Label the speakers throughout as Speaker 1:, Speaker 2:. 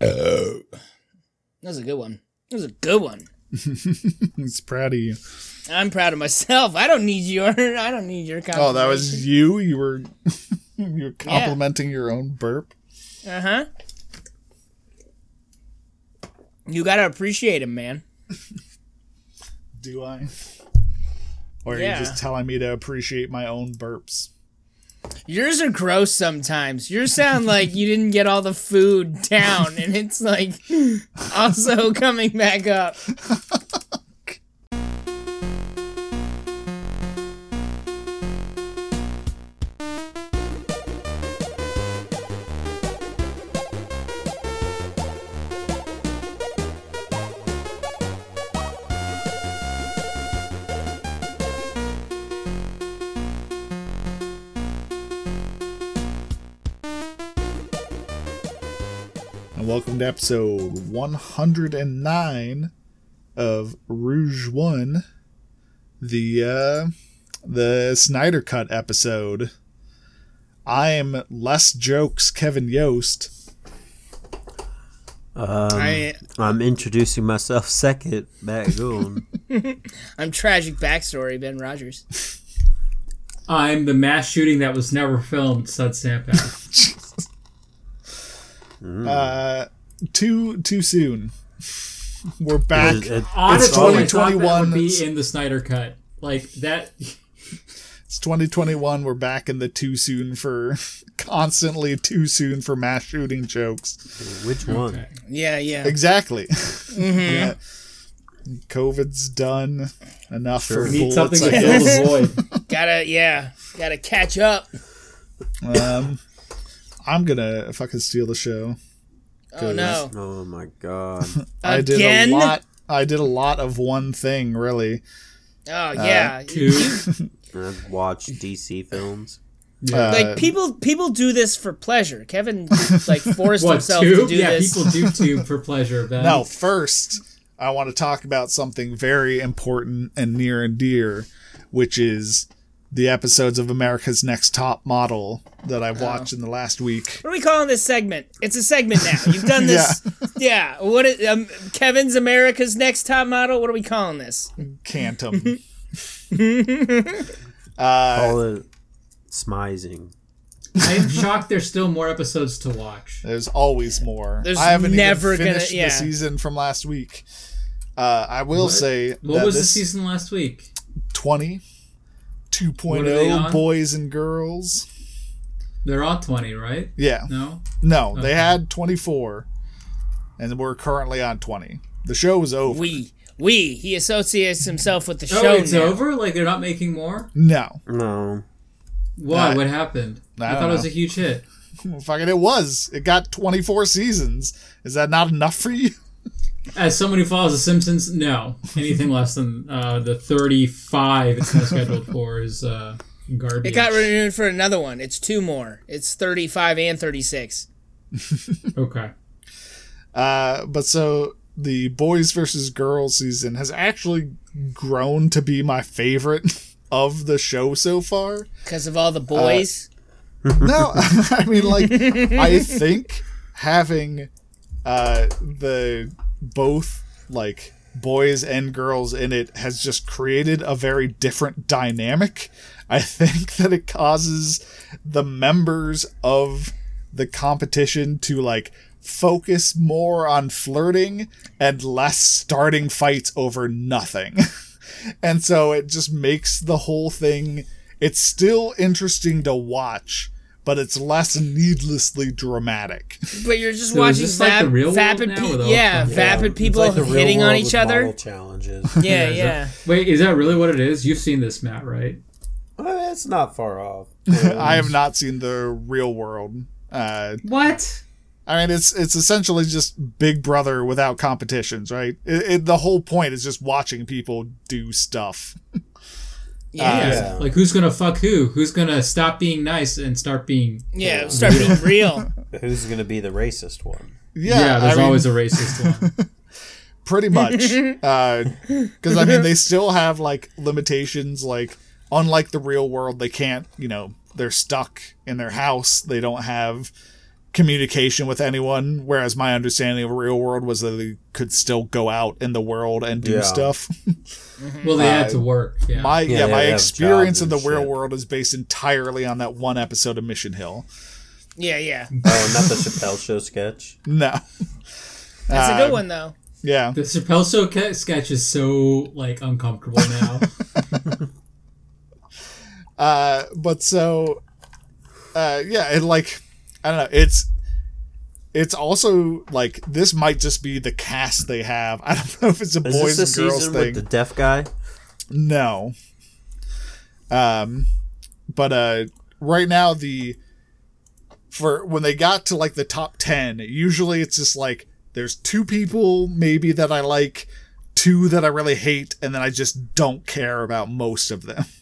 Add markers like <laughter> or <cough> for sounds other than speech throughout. Speaker 1: Oh. That was a good one. That was a good one.
Speaker 2: He's proud of you.
Speaker 1: I'm proud of myself. I don't need your. <laughs> I don't need your.
Speaker 2: Oh, that was you. You were <laughs> you were complimenting your own burp.
Speaker 1: Uh huh. You gotta appreciate him, man.
Speaker 2: Do I? Or are
Speaker 1: Yeah.
Speaker 2: you just telling me to appreciate my own burps?
Speaker 1: Yours are gross sometimes. Yours
Speaker 2: <laughs>
Speaker 1: sound like you didn't get all the food down, and it's like
Speaker 2: <laughs>
Speaker 1: also coming back up.
Speaker 2: And welcome to episode 109 of Rouge One, the uh, the Snyder Cut episode. I am less jokes, Kevin Yost. Um,
Speaker 1: I,
Speaker 3: I'm introducing myself second. Back on.
Speaker 1: I'm tragic backstory, Ben Rogers.
Speaker 4: I'm the mass shooting that was never filmed, said Sampa.
Speaker 2: Too too soon. We're back.
Speaker 3: It- it-
Speaker 4: <laughs> Honestly,
Speaker 2: always-
Speaker 4: I thought that
Speaker 2: 2021.
Speaker 4: would be in the Snyder Cut. Like that,
Speaker 2: It's 2021. We're back in the too soon for <laughs> constantly too soon for mass shooting jokes.
Speaker 3: which one?
Speaker 1: Yeah, yeah.
Speaker 2: Exactly. <laughs>
Speaker 1: Mm-hmm.
Speaker 2: Yeah. COVID's done. Enough for
Speaker 4: need
Speaker 2: bullets.
Speaker 4: something
Speaker 2: I
Speaker 4: to fill
Speaker 2: guess.
Speaker 4: the <laughs> void.
Speaker 1: Gotta, yeah, gotta catch up.
Speaker 4: <laughs>
Speaker 2: I'm gonna fucking steal the show.
Speaker 1: Oh no,
Speaker 3: Oh my
Speaker 2: <laughs>
Speaker 3: god.
Speaker 2: I did a
Speaker 1: Again?
Speaker 2: lot. I did a lot of one thing, really. Uh,
Speaker 1: oh yeah.
Speaker 4: Dude,
Speaker 3: I've watched DC films.
Speaker 2: Uh,
Speaker 1: like people, people do this for pleasure. Kevin
Speaker 4: <laughs>
Speaker 1: like forced
Speaker 4: what
Speaker 1: himself
Speaker 4: tube?
Speaker 1: to do
Speaker 4: yeah,
Speaker 1: this.
Speaker 4: people do tube for
Speaker 1: <laughs>
Speaker 4: pleasure. Ben.
Speaker 2: Now, first, I want to talk about something very important and near and dear, which is the episodes of America's Next Top Model that I've
Speaker 4: Oh.
Speaker 2: watched in the last week.
Speaker 1: What are we calling this segment? It's a segment now. You've done
Speaker 4: <laughs>
Speaker 1: this. yeah. What is um, Kevin's America's Next Top Model? What are we calling this?
Speaker 2: Cantum. <laughs>
Speaker 1: Uh,
Speaker 3: All the smizing.
Speaker 4: I am shocked. There's still more episodes to watch.
Speaker 2: There's always more.
Speaker 1: There's
Speaker 2: I haven't
Speaker 1: never
Speaker 2: even
Speaker 1: gonna-
Speaker 2: finished
Speaker 1: yeah.
Speaker 2: the season from last week. Uh, I will say
Speaker 4: What
Speaker 2: that
Speaker 4: was the
Speaker 2: this
Speaker 4: season last week?
Speaker 2: 20,
Speaker 4: What are they
Speaker 2: 2.0
Speaker 4: on?
Speaker 2: boys and girls.
Speaker 4: They're on twenty, right?
Speaker 2: Yeah.
Speaker 4: No.
Speaker 2: No, they had 24, and we're currently on 20. The show is over.
Speaker 1: We. We. He associates himself with the
Speaker 4: Oh,
Speaker 1: show
Speaker 4: it's
Speaker 1: now.
Speaker 4: over. Like they're not making more.
Speaker 2: no,
Speaker 3: No.
Speaker 4: Why?
Speaker 2: Uh,
Speaker 4: what happened?
Speaker 2: I
Speaker 4: I,
Speaker 2: don't
Speaker 4: thought it was
Speaker 2: know.
Speaker 4: a huge hit.
Speaker 2: fucking, it was. It got 24 seasons. Is that not enough for you? <laughs>
Speaker 4: As someone who follows The Simpsons, no. Anything less than uh, the 35 it's now scheduled for is uh, garbage.
Speaker 1: It got renewed for another one. It's two more. It's 35 and 36.
Speaker 4: Okay.
Speaker 2: Uh, but so the boys versus girls season has actually grown to be my favorite <laughs> of the show so far.
Speaker 1: Because of all the
Speaker 4: Uh,
Speaker 1: boys.
Speaker 2: No, <laughs> I mean, like, I think having uh, the both like boys and girls in it has just created a very different dynamic. I think that it causes the members of the competition to like focus more on flirting and less starting fights over nothing. <laughs> and so it just makes the whole thing it's still interesting to watch, but it's less needlessly dramatic.
Speaker 1: but you're just
Speaker 4: So is
Speaker 1: watching
Speaker 4: this like
Speaker 1: vap,
Speaker 4: the real world
Speaker 1: vapid
Speaker 4: now
Speaker 1: pe-
Speaker 4: with all
Speaker 1: yeah,
Speaker 4: the-
Speaker 1: vapid people hitting on each other.
Speaker 3: Challenges.
Speaker 1: <laughs> Yeah,
Speaker 4: Is
Speaker 1: yeah.
Speaker 4: that- wait, is that really what it is? You've seen this, Matt, right?
Speaker 3: well, it's not far off.
Speaker 2: <laughs> I
Speaker 4: Mm.
Speaker 2: have not seen the real world. Uh,
Speaker 4: What?
Speaker 2: I mean, it's it's essentially just Big Brother without competitions, right? It, it, the whole point is just watching people do stuff.
Speaker 1: Yeah. yeah.
Speaker 3: Yeah.
Speaker 4: Like, who's going to fuck who? Who's going to stop being nice and start being.
Speaker 1: Start
Speaker 4: <laughs>
Speaker 1: being real.
Speaker 3: Um, Who's going to be the racist one?
Speaker 2: Yeah,
Speaker 4: yeah, there's
Speaker 2: I mean,
Speaker 4: always a
Speaker 1: <laughs>
Speaker 4: racist one.
Speaker 2: pretty
Speaker 3: <laughs>
Speaker 2: much. Because I mean, they still have like limitations. Like, unlike the real world, they can't. You know, they're stuck in their house. They don't have communication with anyone. Whereas my understanding of real world was that they could still go out in the world and do
Speaker 3: Yeah.
Speaker 2: stuff. <laughs>
Speaker 4: Well, they had
Speaker 2: Uh,
Speaker 4: to work. Yeah.
Speaker 2: my
Speaker 3: Yeah,
Speaker 2: yeah,
Speaker 3: they
Speaker 2: my
Speaker 3: have
Speaker 2: experience
Speaker 3: jobs
Speaker 2: in the
Speaker 3: and
Speaker 2: real
Speaker 3: shit.
Speaker 2: world is based entirely on that one episode of Mission Hill. <laughs>
Speaker 1: Yeah, yeah.
Speaker 3: Oh, not the Chappelle Show sketch.
Speaker 2: No,
Speaker 1: That's a
Speaker 2: Um,
Speaker 1: good one though.
Speaker 2: yeah,
Speaker 4: the Chappelle Show ca- sketch is so like uncomfortable
Speaker 2: <laughs>
Speaker 4: now.
Speaker 2: uh, but so uh, yeah, and like I don't know, it's it's also like this might just be the cast they have. <laughs> I don't know if it's a
Speaker 3: Is
Speaker 2: boys and
Speaker 3: this the
Speaker 2: girls
Speaker 3: season
Speaker 2: thing.
Speaker 3: with the deaf guy?
Speaker 2: No. Um, but uh, right now the for when they got to like the top ten, usually it's just like there's two people maybe that I like, two that I really hate, and then I just don't care about most of them. <laughs>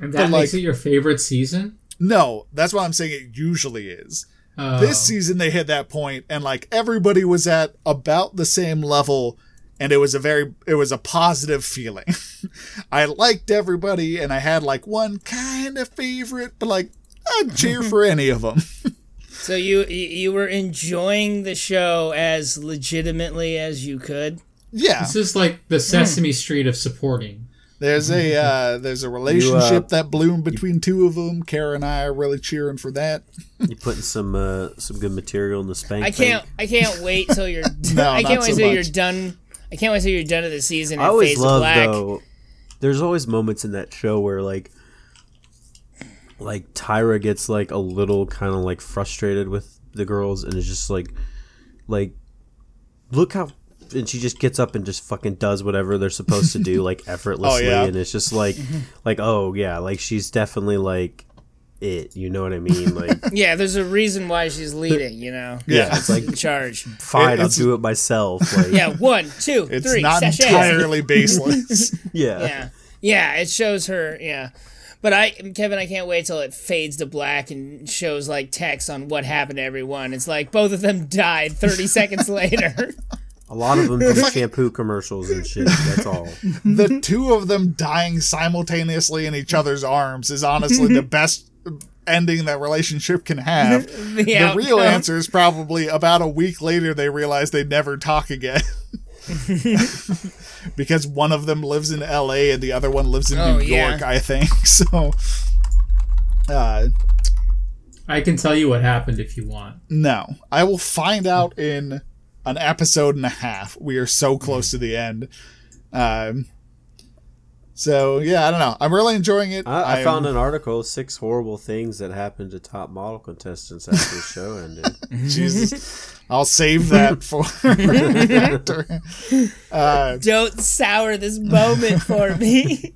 Speaker 4: And
Speaker 2: But,
Speaker 4: that
Speaker 2: like-
Speaker 4: makes it your favorite season.
Speaker 2: No, that's what I'm saying. It usually is.
Speaker 4: Uh,
Speaker 2: This season they hit that point, and like everybody was at about the same level, and it was a very it was a positive feeling. <laughs> I liked everybody, and I had like one kind of favorite, but like I'd cheer for any of them.
Speaker 1: So you you- you were enjoying the show as legitimately as you could.
Speaker 2: <laughs> Yeah,
Speaker 4: this is like the
Speaker 1: Hmm.
Speaker 4: Sesame Street of supporting.
Speaker 2: there's a uh, there's a relationship that bloomed between two of them. Kara and I are really cheering for that.
Speaker 3: You putting some uh, some good material in the spank.
Speaker 1: I can't I can't wait till
Speaker 2: <laughs>
Speaker 1: you're <laughs>
Speaker 2: No,
Speaker 1: I can't
Speaker 2: not
Speaker 1: wait
Speaker 2: so
Speaker 1: till you're
Speaker 2: much.
Speaker 1: done. I can't wait till you're done of the season.
Speaker 3: I
Speaker 1: and
Speaker 3: always
Speaker 1: fades to
Speaker 3: love
Speaker 1: black.
Speaker 3: though. There's always moments in that show where like, like Tyra gets like a little kind of like frustrated with the girls and is just like, like, look how, and she just gets up and just fucking does whatever they're supposed to
Speaker 1: <laughs>
Speaker 3: do
Speaker 1: Oh,
Speaker 3: like effortlessly,
Speaker 2: yeah.
Speaker 3: and it's just like, like oh yeah, like she's definitely like it. You know what I mean? Like
Speaker 1: <laughs> Yeah, there's a reason why she's leading. You know,
Speaker 2: Yeah,
Speaker 3: it's
Speaker 2: <laughs>
Speaker 3: like
Speaker 1: in charge.
Speaker 3: fine, I'll
Speaker 2: it's-
Speaker 3: do it myself. Like,
Speaker 1: Yeah, one, two,
Speaker 2: it's
Speaker 1: three,
Speaker 2: not
Speaker 1: sashay.
Speaker 2: entirely <laughs> baseless.
Speaker 3: <laughs>
Speaker 1: <laughs>
Speaker 3: yeah,
Speaker 1: Yeah, yeah, it shows her. Yeah, but I, Kevin, I can't wait till it fades to black and shows like text on what happened to everyone. It's like both of them died 30
Speaker 2: <laughs>
Speaker 1: seconds later. <laughs>
Speaker 3: A lot of them do shampoo commercials and shit. That's all.
Speaker 1: Mm-hmm.
Speaker 2: the two of them dying simultaneously in each other's arms is honestly
Speaker 1: Mm-hmm.
Speaker 2: the best ending that relationship can have.
Speaker 1: <laughs> the
Speaker 2: The real
Speaker 1: outcome.
Speaker 2: answer is probably about a week later they realize they never
Speaker 1: <laughs>
Speaker 2: talk again. <laughs> because one of them lives in LA and the other one lives in
Speaker 1: Oh,
Speaker 2: New
Speaker 1: yeah.
Speaker 2: York, I think. <laughs> So uh
Speaker 4: I can tell you what happened if you want.
Speaker 2: no. I will find out in an episode and a half. We are so close to the end. Um so yeah, I don't know. I'm really enjoying it.
Speaker 3: I, I
Speaker 2: I'm-
Speaker 3: found an article: six horrible things that happened to top model contestants after the show ended.
Speaker 2: <laughs>
Speaker 3: <laughs>
Speaker 2: Jesus. I'll save that for <laughs> after. Uh,
Speaker 1: Don't sour this moment for me.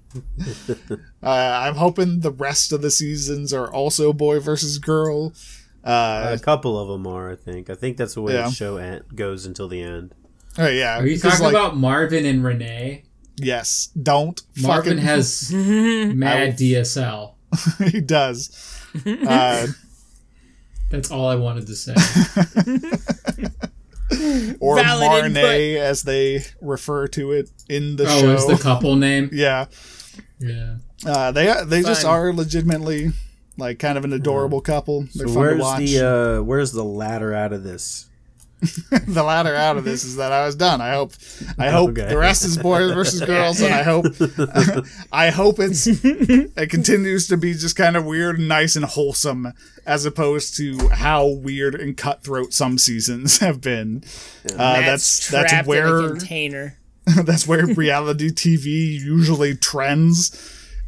Speaker 2: uh, I'm hoping the rest of the seasons are also boy versus girl. Uh,
Speaker 3: a couple of them are, I think. I think that's the way
Speaker 2: Yeah.
Speaker 3: the show en- goes until the end.
Speaker 2: oh yeah.
Speaker 4: Are you
Speaker 2: 'cause,
Speaker 4: talking
Speaker 2: like,
Speaker 4: about Marvin and Renee?
Speaker 2: Yes. Don't
Speaker 4: Marvin
Speaker 2: fucking.
Speaker 4: has mad DSL.
Speaker 2: <laughs> he does.
Speaker 4: <laughs>
Speaker 2: Uh,
Speaker 4: That's all I wanted
Speaker 2: <laughs>
Speaker 4: to say.
Speaker 2: or
Speaker 1: Valid
Speaker 2: Marnay,
Speaker 1: input.
Speaker 2: as they refer to it in the
Speaker 4: oh,
Speaker 2: show.
Speaker 4: is the couple name?
Speaker 2: <laughs> yeah.
Speaker 4: Yeah.
Speaker 2: Uh, they they just
Speaker 1: Fun.
Speaker 2: are legitimately like kind of an adorable couple. They're fun
Speaker 3: Uh-huh. So
Speaker 2: to
Speaker 3: where's
Speaker 2: watch.
Speaker 3: the uh, where's the ladder out of this?
Speaker 2: <laughs> the latter out of this is that I was done. I hope,
Speaker 3: <laughs>
Speaker 2: I hope
Speaker 3: Okay.
Speaker 2: the rest is
Speaker 1: <laughs>
Speaker 2: boys versus girls, and I hope, <laughs> I hope it's
Speaker 3: <laughs>
Speaker 2: it continues to be just kind of weird and nice and wholesome, as opposed to how weird and cutthroat some seasons <laughs> have been. <laughs>
Speaker 1: <laughs>
Speaker 2: Uh, that's
Speaker 1: That's trapped
Speaker 2: that's
Speaker 1: in a
Speaker 2: where
Speaker 1: container.
Speaker 2: <laughs> that's where reality TV usually trends.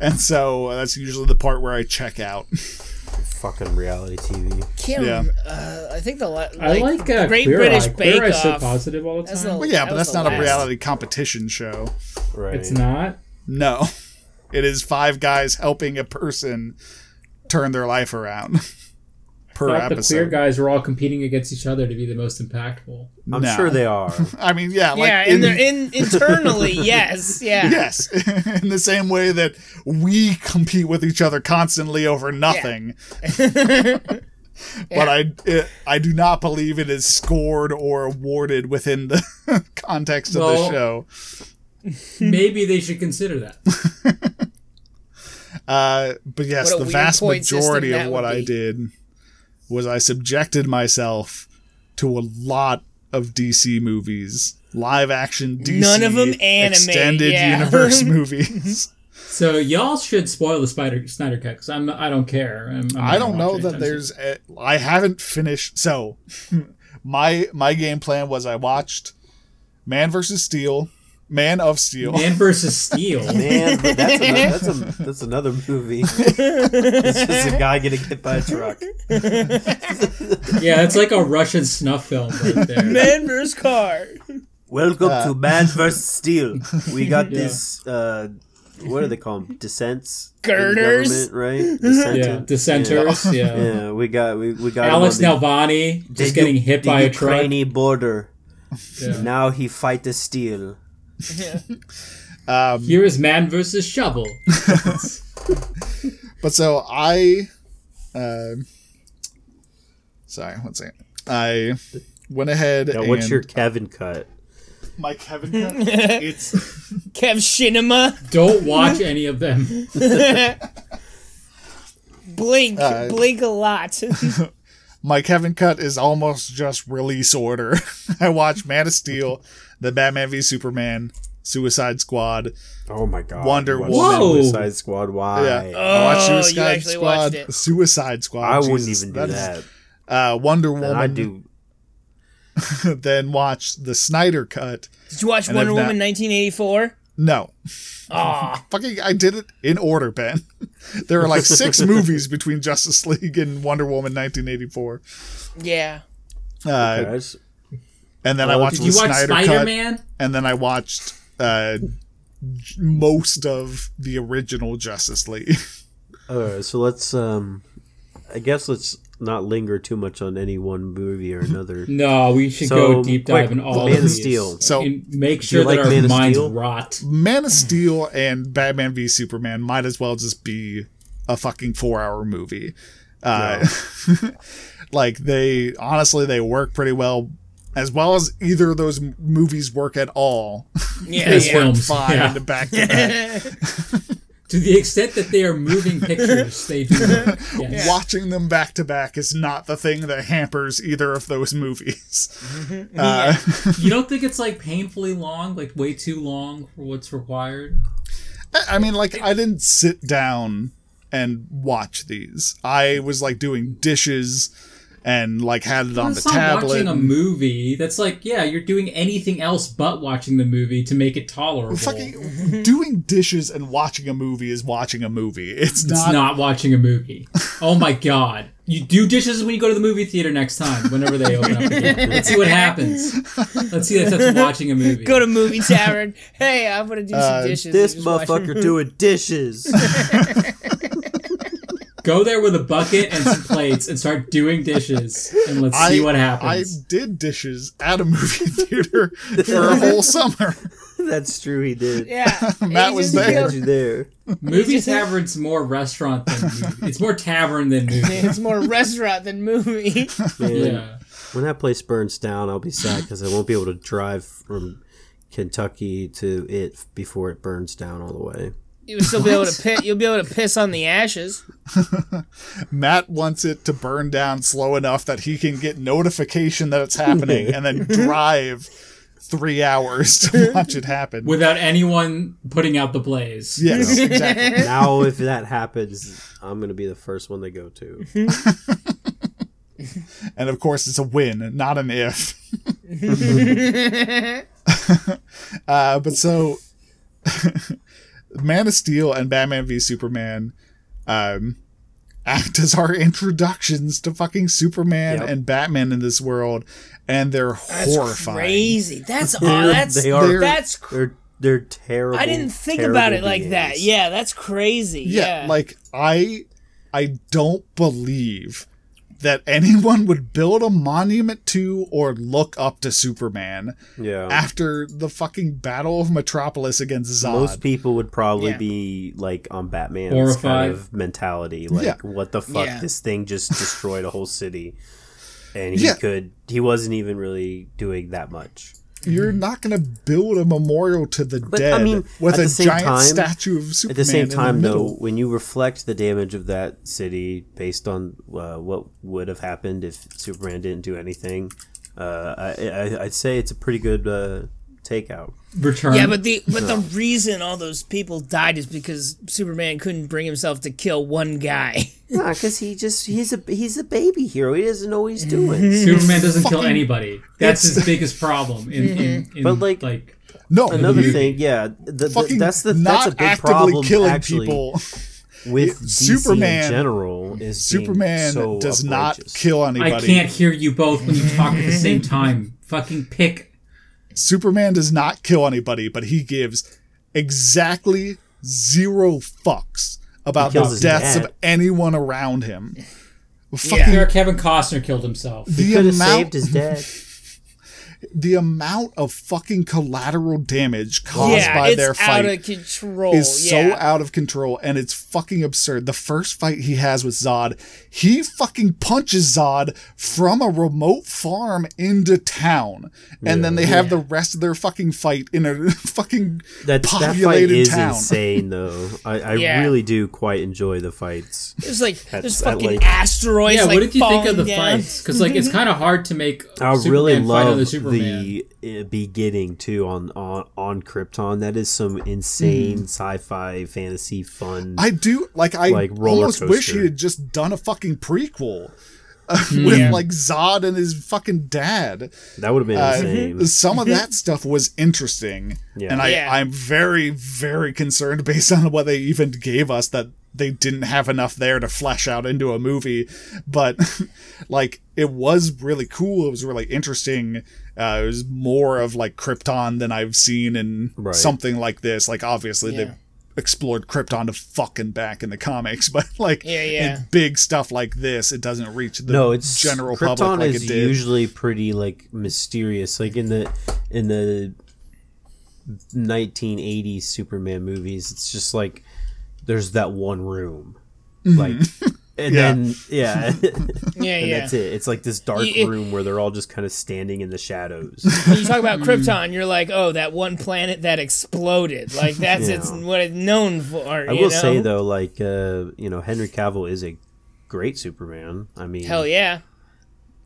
Speaker 2: And so uh, that's usually the part where I check out.
Speaker 3: Fucking reality TV.
Speaker 1: Can't
Speaker 2: Yeah.
Speaker 1: rem- uh, I think the la- like,
Speaker 4: I like uh,
Speaker 1: Great
Speaker 4: Queer
Speaker 1: British
Speaker 4: Eye.
Speaker 1: Bake
Speaker 4: Queer Eye's so
Speaker 1: Off.
Speaker 4: positive all the
Speaker 1: That's
Speaker 4: time.
Speaker 1: the-
Speaker 2: But yeah,
Speaker 1: that
Speaker 2: but
Speaker 1: was
Speaker 2: that's
Speaker 1: the
Speaker 2: not a
Speaker 1: last.
Speaker 2: reality competition show.
Speaker 3: Right.
Speaker 4: It's not.
Speaker 2: No. <laughs> It is five guys helping a person turn their life around <laughs> per
Speaker 4: Thought the queer
Speaker 2: episode.
Speaker 4: guys were all competing against each other to be the most impactful.
Speaker 3: I'm
Speaker 2: No.
Speaker 3: sure
Speaker 2: <laughs>
Speaker 3: they are.
Speaker 2: I mean, yeah, like
Speaker 1: yeah,
Speaker 2: in,
Speaker 1: and they're in
Speaker 2: <laughs>
Speaker 1: internally, yes, yeah.
Speaker 2: yes, <laughs> in the same way that we compete with each other constantly
Speaker 1: <laughs>
Speaker 2: over nothing. but I, it, I do not believe it is scored or awarded within the <laughs> context of the
Speaker 4: Well,
Speaker 2: show. Hmm.
Speaker 4: Maybe they should
Speaker 2: <laughs>
Speaker 4: consider that.
Speaker 2: Uh, but yes,
Speaker 1: What a
Speaker 2: the
Speaker 1: weird
Speaker 2: vast
Speaker 1: point system
Speaker 2: majority of
Speaker 1: that
Speaker 2: what
Speaker 1: would
Speaker 2: I
Speaker 1: be.
Speaker 2: did was I subjected myself to a lot of DC movies, live action DC,
Speaker 1: None of 'em anime,
Speaker 2: extended
Speaker 1: yeah. <laughs>
Speaker 2: universe movies.
Speaker 4: So y'all should spoil the Spider Snyder cut because I'm I don't care. I'm, I'm not
Speaker 2: I don't
Speaker 4: gonna
Speaker 2: know
Speaker 4: watch it
Speaker 2: that
Speaker 4: anytime
Speaker 2: there's. A, I haven't finished. So, <laughs> my my game plan was I watched Man versus Steel, Man of Steel,
Speaker 4: soon. <laughs> Man versus Steel.
Speaker 2: <laughs>
Speaker 3: Man, but that's, another, that's, a, that's another movie. <laughs> it's just a guy getting hit by a truck.
Speaker 4: yeah, it's like a Russian snuff film
Speaker 2: <laughs>
Speaker 4: right there.
Speaker 1: Man vs. Car.
Speaker 3: Welcome to Man vs. Steel. We got
Speaker 4: Yeah.
Speaker 3: this. Uh, what do they call them? Dissents. in
Speaker 1: Girders.
Speaker 2: <laughs>
Speaker 3: government, right?
Speaker 4: yeah,
Speaker 3: Dissentant.
Speaker 4: dissenters. Yeah,
Speaker 3: Yeah. Yeah, we got we, we got him on
Speaker 4: Alex
Speaker 3: the-
Speaker 4: Nalvani
Speaker 3: the
Speaker 4: just
Speaker 3: U-
Speaker 4: getting hit
Speaker 3: the
Speaker 4: by a truck.
Speaker 3: Ukraine border.
Speaker 4: Yeah.
Speaker 3: Now he fight the steel.
Speaker 2: um,
Speaker 4: Here is Man versus Shovel.
Speaker 2: But so I, uh, sorry, one second. I went ahead.
Speaker 3: Now, what's
Speaker 2: and
Speaker 3: your Kevin cut?
Speaker 2: my
Speaker 1: <laughs>
Speaker 2: Kevin? cut? it's
Speaker 1: Kev Shinema.
Speaker 2: <laughs>
Speaker 4: Don't watch any of them.
Speaker 1: Blink.
Speaker 2: Uh,
Speaker 1: blink a lot. <laughs>
Speaker 2: my Kevin cut is almost just release order. <laughs> I watch Man of Steel, the Batman v Superman, Suicide Squad.
Speaker 3: Oh my god!
Speaker 2: Wonder
Speaker 3: What's
Speaker 2: Woman.
Speaker 3: that
Speaker 4: Whoa.
Speaker 3: Suicide Squad. Why?
Speaker 2: Yeah,
Speaker 1: Oh,
Speaker 2: I watched
Speaker 1: you
Speaker 2: Suicide
Speaker 1: actually
Speaker 2: Squad.
Speaker 1: watched it.
Speaker 2: Suicide Squad.
Speaker 3: I wouldn't
Speaker 2: Jesus,
Speaker 3: even do
Speaker 2: is-
Speaker 3: that.
Speaker 2: uh, Wonder Woman.
Speaker 3: And I do.
Speaker 2: <laughs> Then watch the Snyder cut.
Speaker 1: Did you watch
Speaker 2: And
Speaker 1: Wonder
Speaker 2: if not-
Speaker 1: Woman 1984?
Speaker 2: No, <laughs>
Speaker 1: Aw.
Speaker 2: fucking I did it in order, Ben. <laughs> There are like
Speaker 3: <laughs>
Speaker 2: six movies between Justice League and Wonder Woman 1984.
Speaker 1: <laughs> yeah.
Speaker 2: Uh,
Speaker 3: Guys,
Speaker 2: And then I
Speaker 3: Oh,
Speaker 2: watched the
Speaker 4: Did you watch
Speaker 2: Snyder
Speaker 4: Spider
Speaker 2: cut,
Speaker 4: Man?
Speaker 2: and then I watched uh, j- most of the original Justice League. <laughs>
Speaker 3: All right, so let's. Um, I guess let's not linger too much on any one movie or another.
Speaker 4: No, we should
Speaker 3: So,
Speaker 4: go deep dive
Speaker 3: quick,
Speaker 4: in all
Speaker 3: Man
Speaker 4: of
Speaker 3: of
Speaker 4: these.
Speaker 3: Steel.
Speaker 2: So-
Speaker 4: And make sure
Speaker 3: like
Speaker 4: that our
Speaker 3: Man of
Speaker 4: minds
Speaker 3: Steel?
Speaker 4: rot.
Speaker 2: Man of Steel and Batman v Superman might as well just be a fucking four-hour movie. Uh, like they honestly they work pretty well, as well as either of those m- movies work at all.
Speaker 1: Yeah.
Speaker 4: This
Speaker 1: yeah.
Speaker 4: film. Films,
Speaker 2: Fine,
Speaker 4: yeah.
Speaker 2: back to back.
Speaker 4: To the extent that they are moving pictures, they
Speaker 2: <laughs>
Speaker 4: do. Work. Yes.
Speaker 2: watching them back to back is not the thing that hampers either of those movies.
Speaker 4: You don't think it's like painfully long, like way too long for what's required?
Speaker 2: I- I mean, like, I didn't sit down and watch these. I was like doing dishes and like had it on the
Speaker 4: That's not watching a
Speaker 2: tablet.
Speaker 4: movie. That's like, yeah, you're doing anything else but watching the movie to make it tolerable.
Speaker 2: Fucking doing dishes and watching a movie is watching a movie. It's
Speaker 4: it's
Speaker 2: not.
Speaker 4: not, watching a movie. Oh my god. You do dishes when you go to the movie theater next time, whenever they open up again. Let's see what happens. Let's see if that's watching a movie.
Speaker 1: Go to movie tavern. hey, I'm gonna do some
Speaker 2: Uh,
Speaker 1: dishes.
Speaker 3: This
Speaker 1: and just watch-
Speaker 3: motherfucker doing
Speaker 1: <laughs>
Speaker 3: dishes. <laughs>
Speaker 4: Go there with a bucket and some plates and start doing dishes and let's see what happens.
Speaker 2: I did dishes at a movie <laughs> theater for a
Speaker 4: <laughs>
Speaker 2: whole summer.
Speaker 3: That's true. He did.
Speaker 1: Yeah.
Speaker 2: <laughs> Matt
Speaker 1: He
Speaker 2: was
Speaker 1: just
Speaker 2: there.
Speaker 3: Had
Speaker 1: goes-
Speaker 3: you there.
Speaker 4: movie tavern's more restaurant than movie. It's more tavern than movie.
Speaker 1: It's more restaurant than movie.
Speaker 3: Man,
Speaker 4: Yeah.
Speaker 3: When that place burns down, I'll be sad because I won't be able to drive from Kentucky to it before it burns down all the way.
Speaker 1: You'll still be able to piss. You'll be able to piss on the ashes.
Speaker 2: Matt wants it to burn down slow enough that he can get notification that it's happening and
Speaker 4: <laughs>
Speaker 2: then drive three hours to watch it happen.
Speaker 4: Without anyone putting out the blaze. <laughs>
Speaker 2: yes, exactly.
Speaker 3: Now, if that happens, I'm gonna be the first one they
Speaker 1: <laughs>
Speaker 3: go to.
Speaker 2: And of course, it's a win, not
Speaker 1: <laughs>
Speaker 2: an if. <laughs> uh, but so, <laughs> Man of Steel and Batman v Superman um, act as our introductions to fucking Superman
Speaker 3: Yep.
Speaker 2: and Batman in this world, and they're
Speaker 1: That's
Speaker 2: horrifying.
Speaker 1: crazy. That's aw-
Speaker 3: They're-
Speaker 1: Oh, that's
Speaker 3: they are-
Speaker 1: that's. Cr-
Speaker 3: They're they're terrible.
Speaker 1: I didn't think
Speaker 3: terrible
Speaker 1: about it like that.
Speaker 3: beings.
Speaker 1: Yeah, that's crazy.
Speaker 2: yeah,
Speaker 1: Yeah,
Speaker 2: like i i don't believe that anyone would build a monument to or look up to superman
Speaker 3: yeah.
Speaker 2: after the fucking battle of metropolis against zod
Speaker 3: Most people would probably
Speaker 1: Yeah.
Speaker 3: be like on Batman's
Speaker 4: Horrified.
Speaker 3: kind of mentality, like
Speaker 2: Yeah.
Speaker 3: what the fuck?
Speaker 1: Yeah.
Speaker 3: This thing <laughs> just destroyed a whole city, and he
Speaker 2: Yeah.
Speaker 3: could. He wasn't even really doing that much.
Speaker 2: you're not going to build a memorial to the
Speaker 3: I
Speaker 2: dead
Speaker 3: mean,
Speaker 2: with
Speaker 3: at the
Speaker 2: a
Speaker 3: same
Speaker 2: giant
Speaker 3: time-
Speaker 2: statue of Superman
Speaker 3: At the same time,
Speaker 2: in the
Speaker 3: though,
Speaker 2: middle.
Speaker 3: when you reflect the damage of that city based on uh, what would have happened if Superman didn't do anything, uh, I, I, I'd say it's a pretty good uh, takeout.
Speaker 4: Return.
Speaker 1: Yeah, but the but the reason all those people died is because Superman couldn't bring himself to kill one guy.
Speaker 3: Yeah, because he just he's a he's a baby hero. He doesn't know what he's
Speaker 2: <laughs>
Speaker 3: doing.
Speaker 4: Superman doesn't kill
Speaker 2: Fucking-
Speaker 4: anybody. That's his biggest problem. In, in, in
Speaker 3: But, like-
Speaker 4: like
Speaker 2: No,
Speaker 3: Another
Speaker 2: you
Speaker 3: thing, yeah, the, the,
Speaker 2: Fucking
Speaker 3: that's the
Speaker 2: not
Speaker 3: that's a big
Speaker 2: actively
Speaker 3: problem
Speaker 2: killing
Speaker 3: actually
Speaker 2: people.
Speaker 3: with DC
Speaker 2: Superman-
Speaker 3: in general. Is being
Speaker 2: <laughs> Superman
Speaker 3: so
Speaker 2: does not
Speaker 3: outrageous.
Speaker 2: kill anybody.
Speaker 4: I can't hear you both when you talk <laughs> at the same time. Fucking pick.
Speaker 2: Superman does not kill anybody, but he gives exactly zero fucks about
Speaker 3: kills
Speaker 2: the
Speaker 3: his
Speaker 2: deaths
Speaker 3: dad.
Speaker 2: of anyone around him. Fucking
Speaker 1: Yeah.
Speaker 4: Here, Kevin Costner killed himself.
Speaker 2: the
Speaker 3: Could have
Speaker 2: amount,
Speaker 3: saved his dad.
Speaker 2: the amount of fucking collateral damage
Speaker 1: <laughs>
Speaker 2: caused
Speaker 1: yeah,
Speaker 2: by
Speaker 1: it's
Speaker 2: their
Speaker 1: out
Speaker 2: fight
Speaker 1: of control.
Speaker 2: is
Speaker 1: yeah.
Speaker 2: so out of control and it's fucking absurd. The first fight he has with Zod, he fucking punches Zod from a remote farm into town. And then they have the rest of their fucking fight in a <laughs> fucking
Speaker 3: That, that fight
Speaker 2: populated
Speaker 3: is
Speaker 2: town.
Speaker 3: insane, though. I, I
Speaker 1: Yeah.
Speaker 3: really do quite enjoy the fights.
Speaker 1: There's like there's
Speaker 3: That's- I
Speaker 1: fucking
Speaker 3: like-
Speaker 1: asteroids.
Speaker 4: yeah,
Speaker 1: like,
Speaker 4: what did you think of the
Speaker 1: falling down.
Speaker 4: fights? Because like it's kind of hard to make
Speaker 3: <laughs> I
Speaker 4: Superman
Speaker 3: really
Speaker 4: fight on
Speaker 3: love
Speaker 4: the Superman.
Speaker 3: the, uh, beginning too on, on on Krypton. That is some insane sci-fi fantasy fun.
Speaker 2: Hmm. I do like I
Speaker 3: Like roller
Speaker 2: almost wish he
Speaker 3: coaster.
Speaker 2: had just done a fucking prequel. <laughs> uh, With like Zod and his fucking dad,
Speaker 3: that would have been
Speaker 2: Uh,
Speaker 3: insane.
Speaker 2: some of that stuff was interesting,
Speaker 3: Yeah.
Speaker 2: and I,
Speaker 1: Mm-hmm. Yeah.
Speaker 2: I'm very, very concerned based on what they even gave us that they didn't have enough there to flesh out into a movie. But <laughs> like, it was really cool. It was really interesting. Uh, it was more of like Krypton than I've seen in
Speaker 3: Right.
Speaker 2: something like this. Like, obviously
Speaker 1: Yeah.
Speaker 2: they've explored Krypton to fucking back in the comics, <laughs> but like,
Speaker 1: Yeah, yeah.
Speaker 2: in big stuff like this, it doesn't reach the
Speaker 3: no, it's
Speaker 2: general
Speaker 3: Krypton
Speaker 2: public like
Speaker 3: is
Speaker 2: it did.
Speaker 3: usually pretty like mysterious. Like in the in the 1980s Superman movies, it's just like there's that one room, like,
Speaker 2: <laughs>
Speaker 3: and
Speaker 2: Mm-hmm. Yeah.
Speaker 3: then yeah, <laughs>
Speaker 1: Yeah,
Speaker 3: and
Speaker 1: yeah.
Speaker 3: that's it. It's like this dark
Speaker 1: Y- it-
Speaker 3: room where they're all just kind of standing in
Speaker 2: <laughs>
Speaker 3: the shadows.
Speaker 1: When you talk
Speaker 2: Hmm.
Speaker 1: about Krypton, you're like, oh, that one planet that exploded. Like
Speaker 2: <laughs>
Speaker 1: that's
Speaker 3: Yeah.
Speaker 1: it's what it's known for.
Speaker 3: I will say though, like uh, you know, Henry Cavill is a great Superman. I mean,
Speaker 1: hell yeah.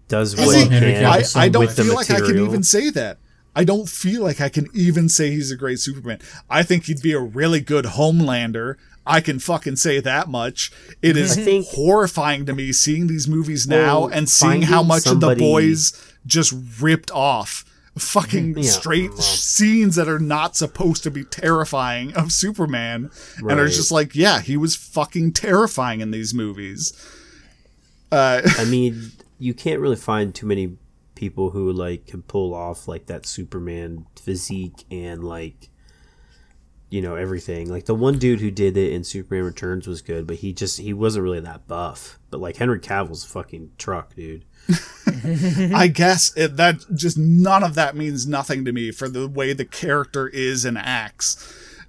Speaker 3: does
Speaker 2: I
Speaker 3: what
Speaker 2: see,
Speaker 3: he can.
Speaker 2: I,
Speaker 4: with
Speaker 2: I don't
Speaker 3: with the
Speaker 2: feel like I can
Speaker 3: material.
Speaker 2: even say that. I don't feel like I can even say he's a great Superman. I think he'd be a really good Homelander. I can fucking say that much. It is
Speaker 3: think-
Speaker 2: horrifying to me seeing these movies now
Speaker 3: Well,
Speaker 2: and seeing how
Speaker 3: finding
Speaker 2: much of
Speaker 3: somebody-
Speaker 2: the boys just ripped off fucking
Speaker 3: Yeah,
Speaker 2: straight
Speaker 3: well.
Speaker 2: scenes that are not supposed to be terrifying of Superman and are
Speaker 3: Right.
Speaker 2: just like, yeah, he was fucking terrifying in these movies.
Speaker 3: I mean, you can't really find too many people who like can pull off like that Superman physique and like you know everything. Like the one dude who did it in Superman Returns was good, but he just he wasn't really that buff. But like Henry Cavill's a fucking truck, dude.
Speaker 2: I guess it, that just none of that means nothing to me for the way the character is and acts.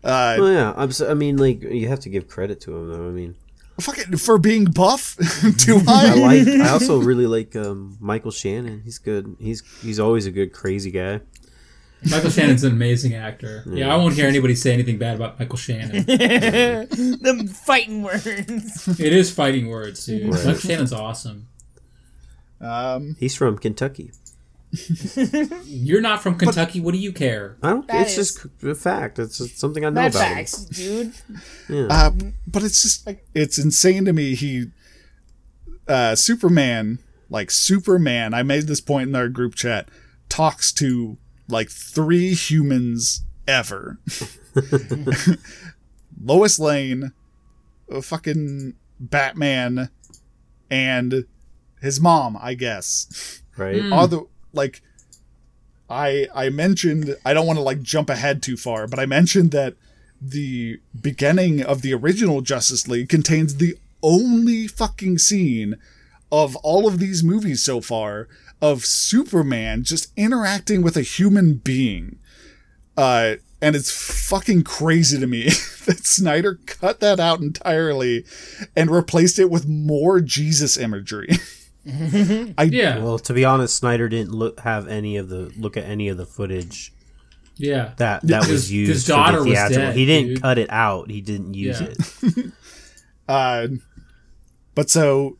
Speaker 2: Uh,
Speaker 3: Well, Oh, yeah, I'm. So, I mean, like you have to give credit to him though. I mean. <laughs>
Speaker 2: fucking for being buff, <laughs> do I?
Speaker 3: I like. I also really like um, Michael Shannon. He's good. He's he's always a good crazy guy.
Speaker 4: Michael Shannon's an amazing actor.
Speaker 3: <laughs>
Speaker 4: Yeah, I won't hear anybody say anything bad about Michael <laughs> Shannon. it
Speaker 1: The fighting
Speaker 2: <laughs>
Speaker 1: words.
Speaker 4: is fighting words, dude.
Speaker 3: Right.
Speaker 4: Michael Shannon's awesome.
Speaker 2: Um,
Speaker 3: He's from Kentucky.
Speaker 4: You're not from Kentucky. what do you care?
Speaker 3: I don't.
Speaker 1: That
Speaker 3: it's
Speaker 1: is-
Speaker 3: just a fact. It's just something I know
Speaker 1: Mad
Speaker 3: about. him.
Speaker 1: facts, dude.
Speaker 2: uh, but it's just like it's insane to me. He, uh, Superman, like Superman. I made this point in our group chat. Talks to like three humans ever. <laughs> Lois Lane, uh, fucking Batman, and his mom, I guess.
Speaker 3: Right.
Speaker 2: Other like I I mentioned I don't want to like jump ahead too far, but I mentioned that the beginning of the original Justice League contains the only fucking scene of all of these movies so far of Superman just interacting with a human being. Uh and it's fucking crazy to me <laughs> that Snyder cut that out entirely and replaced it with more Jesus imagery. <laughs> I
Speaker 4: Yeah.
Speaker 3: Well, to be honest, Snyder didn't look, have any of the look at any of the footage
Speaker 4: yeah.
Speaker 3: that that was
Speaker 4: His-
Speaker 3: used.
Speaker 4: his
Speaker 3: for the
Speaker 4: daughter was
Speaker 3: theatrical.
Speaker 4: dead,
Speaker 3: He didn't
Speaker 4: dude.
Speaker 3: cut it out. He didn't use
Speaker 4: Yeah.
Speaker 3: it. <laughs>
Speaker 2: Uh, but so,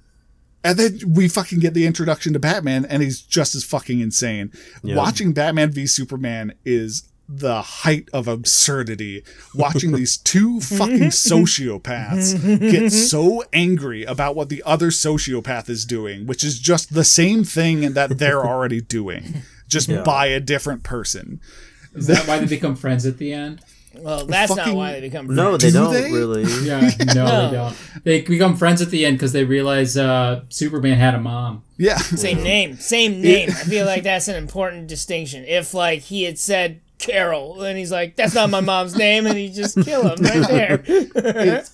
Speaker 2: and then we fucking get the introduction to Batman, and he's just as fucking insane. Watching Batman v Superman is the height of absurdity. Watching these two fucking sociopaths get so angry about what the other sociopath is doing, which is just the same thing that they're already doing, just by a different person.
Speaker 3: <laughs>
Speaker 4: Is that why they become friends at the <laughs> end?
Speaker 1: Well, that's
Speaker 2: Fucking-
Speaker 1: not why they become friends.
Speaker 3: No, they
Speaker 2: Do
Speaker 3: don't
Speaker 2: they?
Speaker 3: really.
Speaker 4: Yeah, no, they don't. They become friends at the end because they realize uh, Superman had a mom.
Speaker 2: Yeah. <laughs>
Speaker 1: Same name, same name. I feel like that's an important distinction. If like he had said Carol, and he's like, "That's not my mom's name," and he
Speaker 2: <laughs>
Speaker 1: just kill him right there.
Speaker 2: it,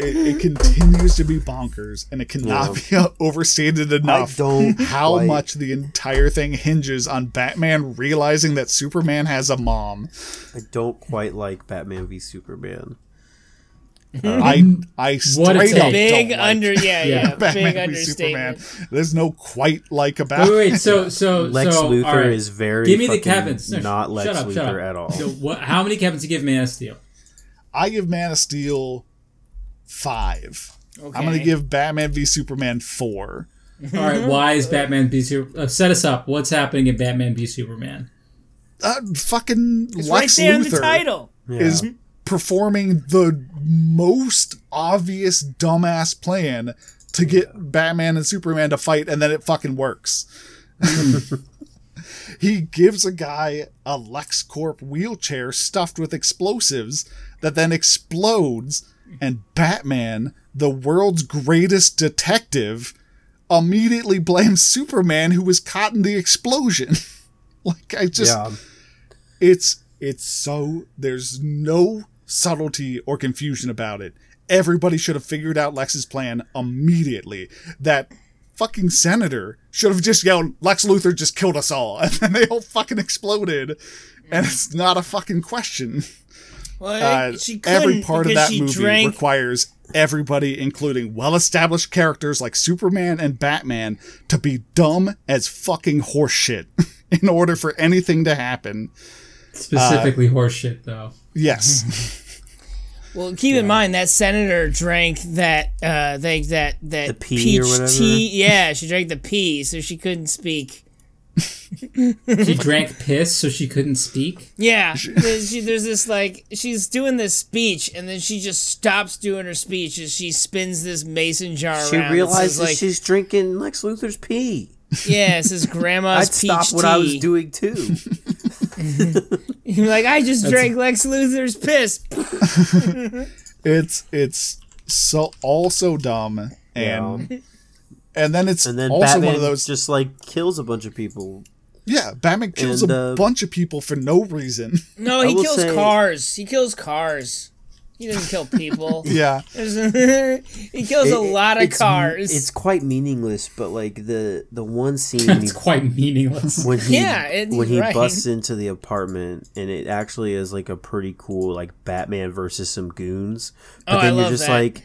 Speaker 2: it continues to be bonkers and it cannot be <laughs> overstated enough
Speaker 3: <laughs> don't
Speaker 2: how
Speaker 3: like-
Speaker 2: much the entire thing hinges on batman realizing that superman has a mom
Speaker 3: I don't quite like Batman v Superman.
Speaker 2: i i
Speaker 4: What a
Speaker 2: straight
Speaker 4: take.
Speaker 2: up
Speaker 1: Big
Speaker 2: don't
Speaker 1: under,
Speaker 2: <laughs>
Speaker 1: yeah, yeah, big
Speaker 2: batman v superman
Speaker 1: understatement.
Speaker 2: there's no quite like about
Speaker 4: Wait, wait, so so
Speaker 3: Lex
Speaker 4: so,
Speaker 3: Luthor
Speaker 4: all right.
Speaker 3: is very
Speaker 4: Give me the
Speaker 3: fucking
Speaker 4: Kevins. No,
Speaker 3: not
Speaker 4: shut
Speaker 3: Lex
Speaker 4: up, shut
Speaker 3: Luthor
Speaker 4: up.
Speaker 3: at all.
Speaker 4: So what, how many Kevins you give Man
Speaker 2: <laughs>
Speaker 4: of Steel?
Speaker 2: i give man of steel five i'm gonna
Speaker 1: Okay.
Speaker 2: give batman v superman four
Speaker 4: All right, why is Batman v Superman? Uh, set us up. What's happening in Batman v Superman?
Speaker 2: uh, fucking
Speaker 1: It's right
Speaker 2: lex
Speaker 1: there in
Speaker 2: luthor
Speaker 1: the title.
Speaker 3: Yeah.
Speaker 2: is performing the most obvious dumbass plan to get Batman and Superman to fight, and then it fucking works. <laughs> he gives a guy a LexCorp wheelchair stuffed with explosives that then explodes, and Batman, the world's greatest detective, immediately blames Superman, who was caught in the explosion. <laughs> like, I just
Speaker 3: yeah.
Speaker 2: it's it's so there's no subtlety or confusion about it. Everybody should have figured out Lex's plan immediately. That fucking senator should have just yelled, Lex Luthor just killed us all. <laughs> And then they all fucking exploded. And it's not a fucking question.
Speaker 1: Well,
Speaker 2: Uh,
Speaker 1: she couldn't
Speaker 2: every part of
Speaker 1: because
Speaker 2: that
Speaker 1: she
Speaker 2: movie
Speaker 1: drank
Speaker 2: requires everybody, including well-established characters like Superman and Batman, to be dumb as fucking horseshit <laughs> in order for anything to happen.
Speaker 3: Uh,
Speaker 4: Specifically, horseshit though.
Speaker 2: Yes.
Speaker 1: Well, keep in mind that senator drank that uh they, that that
Speaker 3: The pea or whatever?
Speaker 1: tea. Yeah, she drank the pea, so she couldn't speak.
Speaker 4: She drank piss, so she couldn't speak.
Speaker 3: <laughs>
Speaker 1: Yeah, there's, she, there's this like she's doing this speech, and then she just stops doing her speech as she spins this mason jar
Speaker 3: She
Speaker 1: around. It says,
Speaker 3: realizes
Speaker 1: like,
Speaker 3: she's <laughs> drinking Lex Luthor's pee.
Speaker 1: yeah, it says
Speaker 3: I'd
Speaker 1: grandma's peach
Speaker 3: stop what I was
Speaker 1: tea.
Speaker 3: doing <laughs> too.
Speaker 1: You're <laughs> like I just drank Lex Luthor's piss.
Speaker 2: it's it's so also dumb and and then it's
Speaker 3: Um, And then
Speaker 2: also
Speaker 3: Batman
Speaker 2: one of those
Speaker 3: just like kills a bunch of people.
Speaker 2: yeah batman kills
Speaker 3: and,
Speaker 2: a
Speaker 3: uh,
Speaker 2: bunch of people for no reason <laughs>
Speaker 1: No, he
Speaker 3: will
Speaker 1: kills
Speaker 3: say-
Speaker 1: cars. He kills cars. He doesn't kill
Speaker 3: <laughs>
Speaker 1: people. <laughs>
Speaker 2: yeah
Speaker 1: There's- he kills a
Speaker 3: It-
Speaker 1: lot of
Speaker 3: it's-
Speaker 1: cars.
Speaker 3: It's quite meaningless, but like the the one scene
Speaker 4: That's
Speaker 3: he,
Speaker 4: quite meaningless.
Speaker 3: Mm. when he
Speaker 1: Yeah, it's
Speaker 3: when he
Speaker 1: right.
Speaker 3: busts into the apartment and it actually is like a pretty cool like Batman versus some goons. But
Speaker 1: Oh, I
Speaker 3: then you're
Speaker 1: love
Speaker 3: just
Speaker 1: that.
Speaker 3: like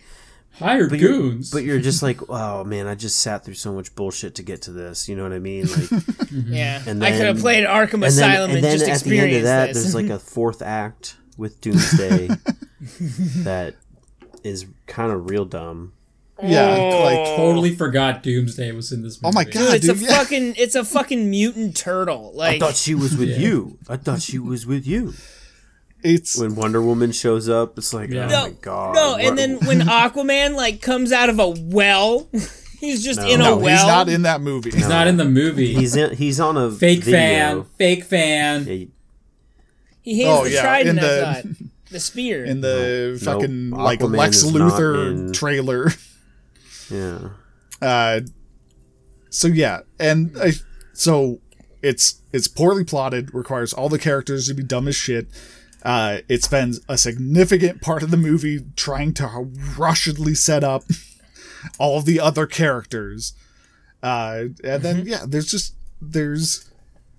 Speaker 4: Hired
Speaker 3: but you're-
Speaker 4: goons.
Speaker 3: but you're just like, oh man, I just sat through so much bullshit to get to this. You know what I
Speaker 1: <laughs>
Speaker 3: mean? Like,
Speaker 1: Yeah,
Speaker 3: And
Speaker 1: I could
Speaker 3: then-
Speaker 1: have played Arkham
Speaker 3: and then,
Speaker 1: Asylum and,
Speaker 3: and then
Speaker 1: just
Speaker 3: at the end
Speaker 1: experienced
Speaker 3: of that,
Speaker 1: this.
Speaker 3: there's like a fourth act with Doomsday that is kind of real dumb.
Speaker 2: yeah like
Speaker 4: totally forgot Doomsday was in this movie.
Speaker 2: oh my god
Speaker 1: <laughs> Oh. it's
Speaker 2: dude,
Speaker 1: a
Speaker 2: yeah.
Speaker 1: fucking it's a fucking mutant turtle.
Speaker 3: I
Speaker 1: Like
Speaker 3: thought she was with you. I thought she was with you.
Speaker 2: it's
Speaker 3: When Wonder Woman shows up, it's like,
Speaker 4: Yeah.
Speaker 3: oh
Speaker 1: no,
Speaker 3: my god.
Speaker 1: no.
Speaker 3: what-
Speaker 1: And then
Speaker 3: <laughs>
Speaker 1: when Aquaman like comes out of a well, <laughs> he's just in a
Speaker 3: No,
Speaker 2: no,
Speaker 1: Oh, well.
Speaker 2: he's not in that movie
Speaker 4: He's not in the movie.
Speaker 3: he's in, he's on a
Speaker 4: fake
Speaker 3: video.
Speaker 4: fan. Fake fan.
Speaker 3: Yeah, you-
Speaker 1: he hands
Speaker 2: Oh,
Speaker 1: the
Speaker 2: yeah,
Speaker 1: trident.
Speaker 2: in the-
Speaker 1: I
Speaker 2: <laughs>
Speaker 1: thought the spear.
Speaker 2: in the
Speaker 3: No,
Speaker 2: fucking
Speaker 3: no,
Speaker 2: like
Speaker 3: Aquaman
Speaker 2: lex
Speaker 3: is not
Speaker 2: luthor
Speaker 3: in-
Speaker 2: trailer
Speaker 3: yeah.
Speaker 2: uh so yeah and I, so it's it's poorly plotted requires all the characters to be dumb as shit uh it spends a significant part of the movie trying to rushedly set up <laughs> all of the other characters uh and then yeah there's just there's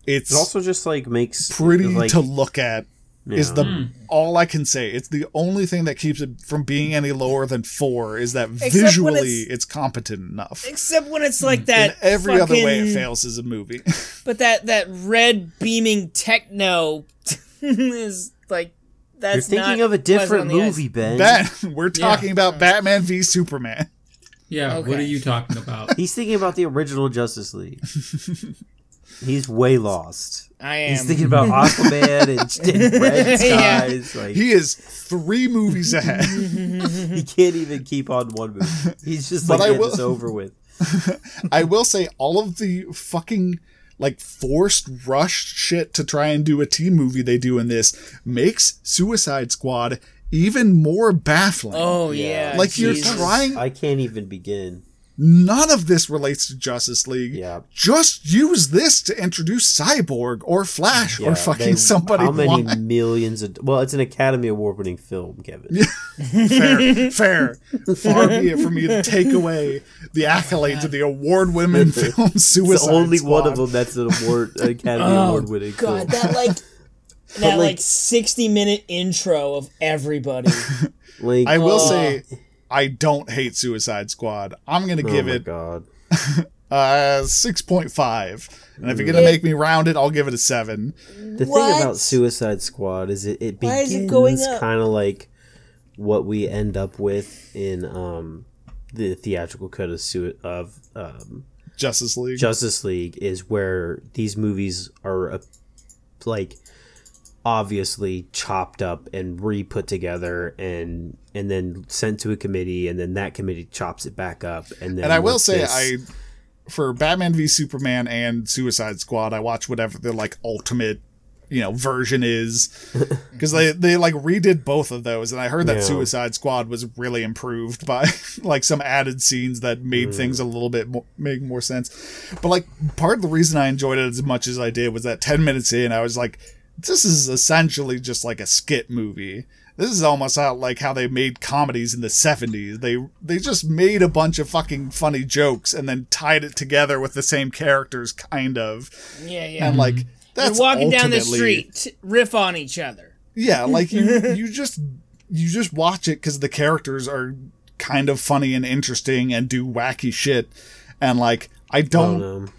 Speaker 2: it's
Speaker 3: It also just like makes
Speaker 2: pretty
Speaker 3: like,
Speaker 2: to look at is the all I can say. It's the only thing that keeps it from being any lower than four is that
Speaker 1: Except when
Speaker 2: visually it's,
Speaker 1: it's-
Speaker 2: competent enough.
Speaker 1: Except when it's like that.
Speaker 2: Every other way it
Speaker 1: fucking-
Speaker 2: fails is a movie.
Speaker 1: But that that red beaming techno <laughs> is like
Speaker 3: You're
Speaker 1: that's
Speaker 3: thinking
Speaker 1: not
Speaker 3: of a
Speaker 1: pleasant
Speaker 3: different
Speaker 1: on the eyes.
Speaker 3: movie, Ben.
Speaker 2: that <laughs> we're talking about Batman v Superman.
Speaker 4: Yeah,
Speaker 1: Okay.
Speaker 4: what are you talking
Speaker 3: <laughs>
Speaker 4: about?
Speaker 3: He's thinking about the original
Speaker 2: <laughs>
Speaker 3: Justice League. He's way lost.
Speaker 1: I
Speaker 3: He's
Speaker 1: am.
Speaker 2: <laughs>
Speaker 3: thinking about Aquaman and, and red
Speaker 1: Yeah.
Speaker 3: skies. Like
Speaker 2: He is three movies ahead.
Speaker 3: he can't even keep on one movie. He's just
Speaker 2: But
Speaker 3: like
Speaker 2: I
Speaker 3: yeah,
Speaker 2: will-
Speaker 3: it's over with.
Speaker 2: <laughs> I will say all of the fucking like forced rushed shit to try and do a team movie they do in this makes Suicide Squad even more baffling.
Speaker 1: oh yeah.
Speaker 2: like
Speaker 1: Jesus.
Speaker 2: you're trying
Speaker 3: I can't even begin.
Speaker 2: none of this relates to Justice League.
Speaker 3: Yeah.
Speaker 2: Just use this to introduce Cyborg or Flash
Speaker 3: Yeah,
Speaker 2: or fucking
Speaker 3: they-
Speaker 2: somebody.
Speaker 3: How many
Speaker 2: Why?
Speaker 3: millions of? Well, it's an Academy Award winning film, Kevin.
Speaker 2: Fair, fair. Far be it for me to take away the accolades of the award
Speaker 3: <laughs>
Speaker 2: winning film
Speaker 3: It's
Speaker 2: Suicide
Speaker 3: the only
Speaker 2: Squad. Oh,
Speaker 3: one of them that's an award
Speaker 2: <laughs>
Speaker 3: an Academy Award winning film.
Speaker 1: God, that like that like,
Speaker 3: like-
Speaker 1: sixty minute intro of
Speaker 2: <laughs>
Speaker 1: everybody.
Speaker 3: Like,
Speaker 2: I will
Speaker 1: Oh.
Speaker 2: say, I don't hate Suicide Squad. I'm gonna
Speaker 3: oh
Speaker 2: give
Speaker 3: my
Speaker 2: it
Speaker 3: God.
Speaker 2: uh six point five, and if you're gonna make me round it, I'll give it a seven.
Speaker 3: The
Speaker 1: What?
Speaker 3: thing about Suicide Squad is it, it
Speaker 1: Why is it
Speaker 3: begins
Speaker 1: going up?
Speaker 3: kind of like what we end up with in um, the theatrical cut of, sui- of um,
Speaker 2: Justice League.
Speaker 3: Justice League is where these movies are uh, like obviously chopped up and re-put together and and then sent to a committee and then that committee chops it back up and then
Speaker 2: and I will
Speaker 3: with
Speaker 2: say,
Speaker 3: this-
Speaker 2: I for Batman v Superman and Suicide Squad, I watch whatever the like ultimate you know version is because they they like redid both of those and i heard that
Speaker 3: Yeah.
Speaker 2: suicide squad was really improved by <laughs> like some added scenes that made things a little bit more make more sense but like part of the reason i enjoyed it as much as i did was that 10 minutes in i was like this is essentially just like a skit movie this is almost how like how they made comedies in the 70s they they just made a bunch of fucking funny jokes and then tied it together with the same characters kind of
Speaker 1: yeah, yeah.
Speaker 2: and like
Speaker 1: Mm-hmm.
Speaker 2: that's
Speaker 1: You're walking down the
Speaker 2: ultimately-
Speaker 1: street, riff on each other.
Speaker 2: yeah, like you you just you just watch it because the characters are kind of funny and interesting and do wacky shit, and like I
Speaker 3: don't
Speaker 2: don't
Speaker 3: know.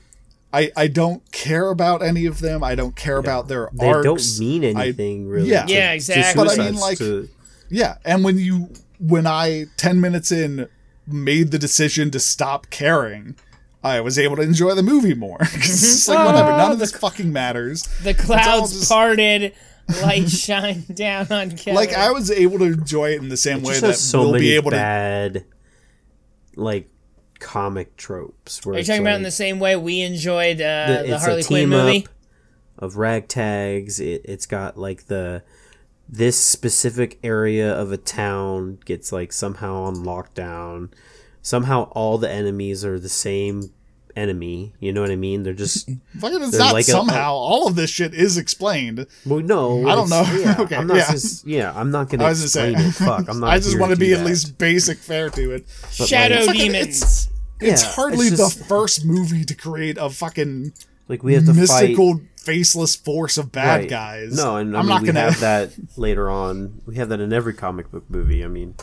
Speaker 2: I I don't care about any of them. I don't care about their
Speaker 3: They
Speaker 2: arcs.
Speaker 3: don't mean
Speaker 2: I-
Speaker 3: anything really.
Speaker 2: yeah.
Speaker 3: to-
Speaker 1: Yeah,
Speaker 3: to
Speaker 1: exactly.
Speaker 2: But I mean,
Speaker 3: Suicides,
Speaker 2: like-
Speaker 3: to-
Speaker 2: Yeah, and when you when I 10 minutes in made the decision to stop caring, I was able to enjoy the movie more <laughs> 'Cause it's just like whatever, none of this fucking matters.
Speaker 1: The clouds
Speaker 2: just-
Speaker 1: parted,
Speaker 2: <laughs>
Speaker 1: light shined down on Kevin.
Speaker 2: Like I was able to enjoy it in the same way
Speaker 3: just
Speaker 2: that
Speaker 3: has so
Speaker 2: we'll
Speaker 3: many
Speaker 2: be able to
Speaker 3: bad, like comic tropes. Where
Speaker 1: Are you
Speaker 3: it's
Speaker 1: talking
Speaker 3: like,
Speaker 1: about in the same way we enjoyed uh, the,
Speaker 3: the- it's
Speaker 1: Harley
Speaker 3: a
Speaker 1: Quinn
Speaker 3: team
Speaker 1: movie?
Speaker 3: up of ragtags. It, it's got like the this specific area of a town gets like somehow on lockdown. Somehow all the enemies are the same enemy. You know what I mean?
Speaker 2: <laughs>
Speaker 3: They're just
Speaker 2: Fucking, it's
Speaker 3: They're
Speaker 2: not
Speaker 3: like a-
Speaker 2: somehow. All of this shit is explained.
Speaker 3: well, no.
Speaker 2: I don't
Speaker 3: it's-
Speaker 2: know. <laughs>
Speaker 3: Yeah,
Speaker 2: Okay,
Speaker 3: I'm not
Speaker 2: yeah.
Speaker 3: just yeah. I'm not gonna
Speaker 2: I was just
Speaker 3: explain
Speaker 2: saying.
Speaker 3: it.
Speaker 2: <laughs>
Speaker 3: Fuck, I'm not.
Speaker 2: I just
Speaker 3: here
Speaker 2: want to
Speaker 3: do
Speaker 2: be at
Speaker 3: that.
Speaker 2: least basic fair to it.
Speaker 1: Shadow
Speaker 2: Fucking-
Speaker 1: demons.
Speaker 2: It's
Speaker 3: Yeah,
Speaker 2: hardly
Speaker 3: just-
Speaker 2: the first movie to create a fucking
Speaker 3: like we have to fight
Speaker 2: mystical faceless force of bad
Speaker 3: Right.
Speaker 2: guys.
Speaker 3: No, and I
Speaker 2: I'm
Speaker 3: mean,
Speaker 2: not
Speaker 3: we
Speaker 2: gonna <laughs>
Speaker 3: have that later on. We have that in every comic book movie. I mean,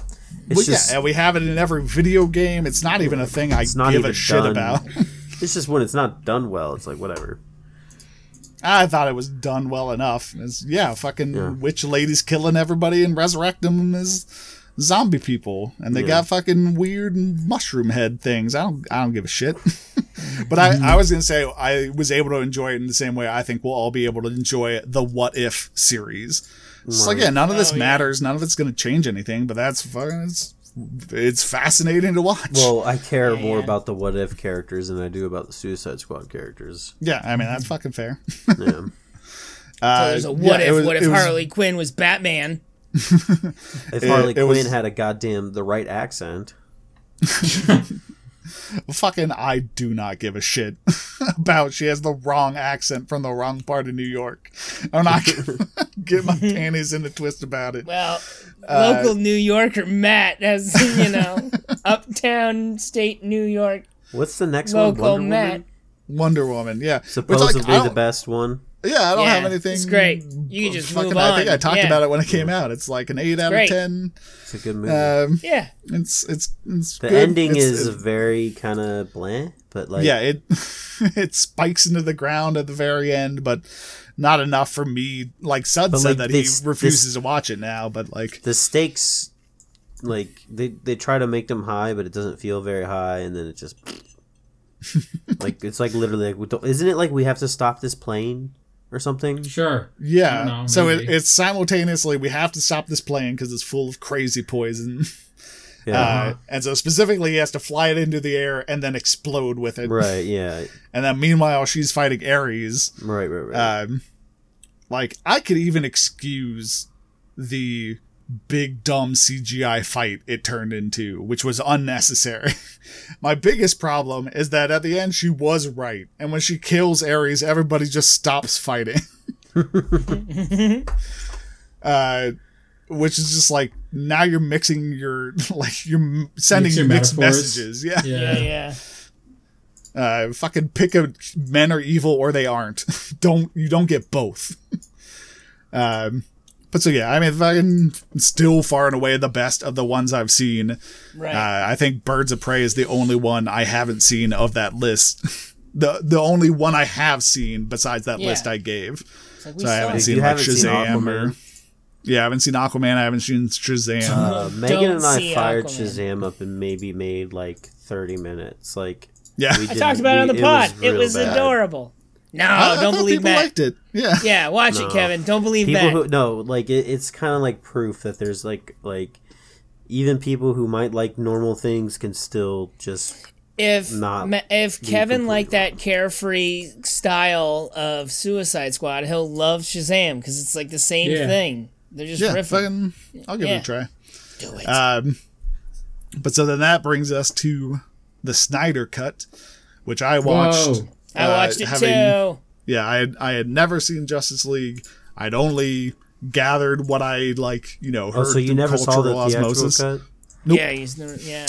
Speaker 3: it's
Speaker 2: Well,
Speaker 3: just
Speaker 2: yeah, and we have it in every video game. It's not even a thing I
Speaker 3: it's not
Speaker 2: give
Speaker 3: even
Speaker 2: a shit
Speaker 3: done.
Speaker 2: about.
Speaker 3: <laughs> it's just when it's not done well, it's like whatever.
Speaker 2: I thought it was done well enough. It's- yeah, fucking witch ladies killing everybody and resurrecting them as zombie people, and they got fucking weird mushroom head things. I don't, I don't give a shit. <laughs> but I, I was gonna say I was able to enjoy it in the same way I think we'll all be able to enjoy the What If series. It's like yeah, none of this
Speaker 1: Oh, yeah.
Speaker 2: matters. None of it's gonna change anything. But that's fucking. It's, it's fascinating to watch.
Speaker 3: Well, I care more
Speaker 1: yeah.
Speaker 3: about the what if characters than I do about the Suicide Squad characters.
Speaker 2: yeah, I mean that's fucking fair.
Speaker 3: Yeah.
Speaker 1: So
Speaker 2: Uh,
Speaker 1: there's a
Speaker 2: yeah,
Speaker 1: what
Speaker 2: it
Speaker 1: if?
Speaker 2: was-
Speaker 1: what if
Speaker 2: it was-
Speaker 1: Harley Quinn was Batman?
Speaker 3: If Harley
Speaker 2: it
Speaker 3: Quinn
Speaker 2: was-
Speaker 3: had a goddamn the right accent,
Speaker 2: fucking I do not give a shit <laughs> about she has the wrong accent from the wrong part of New York. I'm
Speaker 3: <laughs>
Speaker 2: not gonna <laughs> get my panties in a twist about it.
Speaker 1: Well,
Speaker 2: Uh,
Speaker 1: local New Yorker Matt has <laughs> you know uptown state New York
Speaker 3: what's the next one?
Speaker 1: local
Speaker 3: Wonder
Speaker 1: Matt.
Speaker 3: Woman,
Speaker 2: Wonder Woman, yeah. Which, like,
Speaker 3: supposedly
Speaker 2: I
Speaker 3: the
Speaker 2: don't-
Speaker 3: best one.
Speaker 2: Yeah, I don't
Speaker 1: Yeah,
Speaker 2: have anything.
Speaker 1: it's great. You can just
Speaker 2: fucking,
Speaker 1: move
Speaker 2: I think
Speaker 1: on.
Speaker 2: I talked
Speaker 1: Yeah.
Speaker 2: about it when it came out. It's like an eight out
Speaker 1: great.
Speaker 2: of ten.
Speaker 3: It's a good movie.
Speaker 2: Um,
Speaker 1: Yeah.
Speaker 2: it's it's it's
Speaker 3: the
Speaker 2: good.
Speaker 3: ending
Speaker 2: It's-
Speaker 3: is
Speaker 2: it's-
Speaker 3: very kind of bland, but like
Speaker 2: yeah it <laughs> it spikes into the ground at the very end, but not enough for me. Like Sud
Speaker 3: But,
Speaker 2: said
Speaker 3: like,
Speaker 2: that
Speaker 3: this-
Speaker 2: he refuses to watch it now, but like
Speaker 3: the stakes, like they they try to make them high, but it doesn't feel very high, and then it just like it's like literally like we don't, isn't it like we have to stop this plane or something?
Speaker 4: Sure.
Speaker 2: yeah.
Speaker 4: No,
Speaker 2: so it,
Speaker 4: maybe.
Speaker 2: it's simultaneously we have to stop this plane because it's full of crazy poison.
Speaker 3: Yeah.
Speaker 2: Uh, and so specifically, he has to fly it into the air and then explode with it.
Speaker 3: Right, yeah,
Speaker 2: And then meanwhile, she's fighting Ares.
Speaker 3: right, right, right.
Speaker 2: um, like I could even excuse the big dumb CGI fight it turned into, which was unnecessary. <laughs> My biggest problem is that at the end she was right, and when she kills Ares, everybody just stops fighting. <laughs> uh, which is just like now you're mixing your <laughs> like you're m- sending
Speaker 4: Mix your
Speaker 2: mixed
Speaker 4: metaphors.
Speaker 2: messages. Yeah,
Speaker 1: Yeah.
Speaker 4: Yeah.
Speaker 1: Yeah.
Speaker 2: uh, fucking pick a men are evil or they aren't. <laughs> don't you don't get both. <laughs> um, but so yeah, I mean, fucking still far and away the best of the ones I've seen.
Speaker 1: Right.
Speaker 2: Uh, I think Birds of Prey is the only one I haven't seen of that list. <laughs> the the only one I have seen besides that
Speaker 1: Yeah.
Speaker 2: list I gave.
Speaker 1: It's like we
Speaker 2: So I
Speaker 1: saw
Speaker 2: haven't
Speaker 1: it.
Speaker 2: seen
Speaker 3: You
Speaker 2: like
Speaker 3: haven't seen
Speaker 2: Shazam or
Speaker 3: Aquaman?
Speaker 2: yeah, I haven't seen Aquaman. I haven't seen Shazam.
Speaker 3: Uh, Megan and I
Speaker 1: see
Speaker 3: fired
Speaker 1: Aquaman.
Speaker 3: Shazam up and maybe made like thirty minutes. Like
Speaker 2: yeah,
Speaker 3: we
Speaker 1: I
Speaker 3: didn't-
Speaker 1: talked about it on the
Speaker 3: we-
Speaker 1: pod. It
Speaker 3: real
Speaker 1: was,
Speaker 3: bad.
Speaker 1: adorable. No,
Speaker 2: I- I
Speaker 1: Oh, don't
Speaker 2: thought
Speaker 1: believe
Speaker 2: people
Speaker 1: that.
Speaker 2: liked it. Yeah,
Speaker 1: Yeah, watch
Speaker 3: No.
Speaker 1: it, Kevin. Don't believe
Speaker 3: people
Speaker 1: that.
Speaker 3: who no like it, it's kind of like proof that there's like like even people who might like normal things can still just
Speaker 1: if
Speaker 3: not
Speaker 1: Ma- if
Speaker 3: be
Speaker 1: Kevin
Speaker 3: completely
Speaker 1: liked that carefree style of Suicide Squad, he'll love Shazam because it's like the same
Speaker 4: Yeah.
Speaker 1: thing. They're just
Speaker 2: yeah.
Speaker 1: riffing.
Speaker 2: Fucking, I'll give
Speaker 1: Yeah.
Speaker 2: it a try.
Speaker 1: Do it.
Speaker 2: Um, but so then that brings us to the Snyder cut, which I watched.
Speaker 4: Whoa.
Speaker 1: I watched
Speaker 2: uh,
Speaker 1: it
Speaker 2: having-
Speaker 1: too.
Speaker 2: Yeah, I had, I had never seen Justice League. I'd only gathered what I like, you know, heard
Speaker 3: oh so you
Speaker 2: through
Speaker 3: never saw the
Speaker 2: cultural
Speaker 3: theatrical
Speaker 2: osmosis.
Speaker 3: cut
Speaker 2: nope.
Speaker 1: Yeah, he's never, yeah.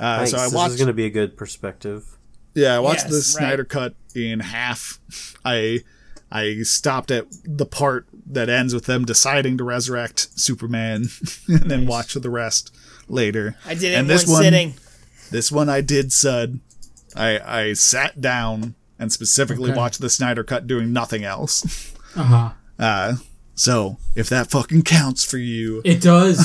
Speaker 2: Uh,
Speaker 3: Thanks.
Speaker 2: so I
Speaker 3: this
Speaker 2: watched.
Speaker 3: is gonna be a good perspective
Speaker 2: Yeah, I watched
Speaker 1: Yes,
Speaker 2: the
Speaker 1: right.
Speaker 2: Snyder cut in half. I I stopped at the part that ends with them deciding to resurrect Superman, <laughs> and then watched the rest later.
Speaker 1: I did it
Speaker 2: and
Speaker 1: in
Speaker 2: this
Speaker 1: one,
Speaker 2: one,
Speaker 1: sitting.
Speaker 2: This one I did, Sud. I I sat down and specifically
Speaker 4: Okay.
Speaker 2: watched the Snyder cut doing nothing else.
Speaker 4: Uh huh.
Speaker 2: Uh, so if that fucking counts for you,
Speaker 4: It does,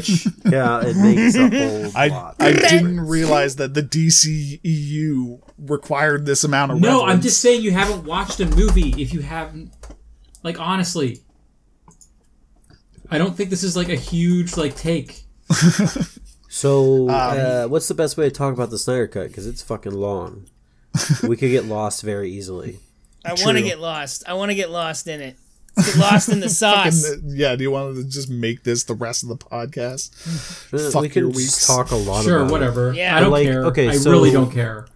Speaker 3: <laughs>
Speaker 4: bitch.
Speaker 3: yeah it
Speaker 2: <laughs>
Speaker 3: makes a whole
Speaker 2: I
Speaker 3: lot
Speaker 2: I
Speaker 3: of
Speaker 2: didn't
Speaker 3: difference.
Speaker 2: realize that the DCEU required this amount of
Speaker 4: no, I'm
Speaker 2: reverence.
Speaker 4: just saying you haven't watched a movie if you haven't. Like honestly, I don't think this is like a huge like take.
Speaker 3: so
Speaker 2: Um,
Speaker 3: uh, what's the best way to talk about the Snyder cut because it's fucking long we could get lost very easily
Speaker 1: I want to
Speaker 2: True.
Speaker 1: get lost. I want to get lost in it. Get lost
Speaker 2: <laughs>
Speaker 1: in the sauce.
Speaker 2: And, uh, yeah, do you want to just make this the rest of the podcast? Fuck
Speaker 3: Uh, we can
Speaker 2: your
Speaker 3: just
Speaker 2: weeks.
Speaker 3: talk a lot
Speaker 4: Sure,
Speaker 3: about it.
Speaker 4: whatever.
Speaker 1: Yeah.
Speaker 4: I don't
Speaker 3: Like,
Speaker 4: care.
Speaker 3: okay,
Speaker 4: I
Speaker 3: so-
Speaker 4: really don't care.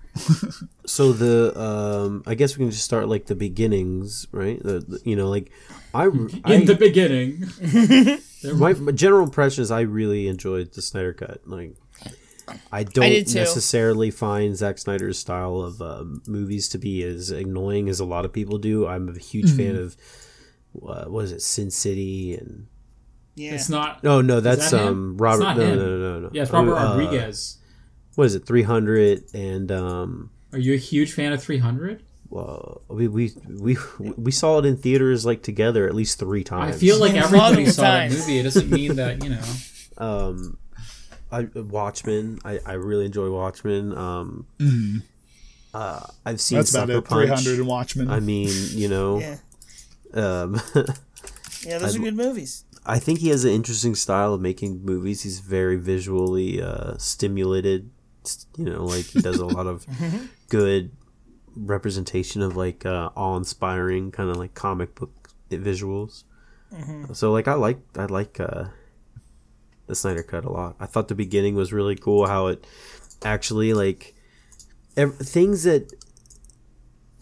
Speaker 3: so the um i guess we can just start like the beginnings right the, the- you know like i in
Speaker 4: In the beginning,
Speaker 3: my, my general impression is I really enjoyed the Snyder Cut. Like, I don't
Speaker 1: did too.
Speaker 3: necessarily find Zack Snyder's style of um, movies to be as annoying as a lot of people do. I'm a huge
Speaker 1: Mm-hmm.
Speaker 3: fan of uh, what is it, Sin City, and
Speaker 1: Yeah.
Speaker 4: it's not.
Speaker 3: no, no, that's
Speaker 4: that him?
Speaker 3: um
Speaker 4: It's
Speaker 3: Robert.
Speaker 4: not
Speaker 3: no,
Speaker 4: him.
Speaker 3: no, no, no, no.
Speaker 4: Yeah, it's Robert
Speaker 3: Uh,
Speaker 4: Rodriguez.
Speaker 3: What is it, 300 and um.
Speaker 4: Are you a huge fan of 300?
Speaker 3: Well, we, we we we saw it in theaters like together at least three
Speaker 4: I
Speaker 3: times.
Speaker 4: feel like everybody
Speaker 1: Multiple
Speaker 4: saw that
Speaker 1: times.
Speaker 4: movie. It doesn't mean that you
Speaker 3: <laughs>
Speaker 4: know.
Speaker 3: um I, Watchmen. I, I really enjoy Watchmen. Um, uh, I've seen
Speaker 2: Mm-hmm. That's about
Speaker 3: Sucker
Speaker 2: it. Three
Speaker 3: Punch.
Speaker 2: hundred and Watchmen.
Speaker 3: I mean, you know,
Speaker 1: yeah.
Speaker 3: um, <laughs>
Speaker 1: Yeah, those are good movies.
Speaker 3: I think he has an interesting style of making movies. He's very visually uh, stimulated. S- You know, like he does a lot
Speaker 1: <laughs>
Speaker 3: of
Speaker 1: Mm-hmm.
Speaker 3: good representation of like uh, awe-inspiring kind of like comic book visuals.
Speaker 1: Mm-hmm.
Speaker 3: So like I like I like uh, the Snyder Cut a lot. I thought the beginning was really cool. How it actually like ev- things that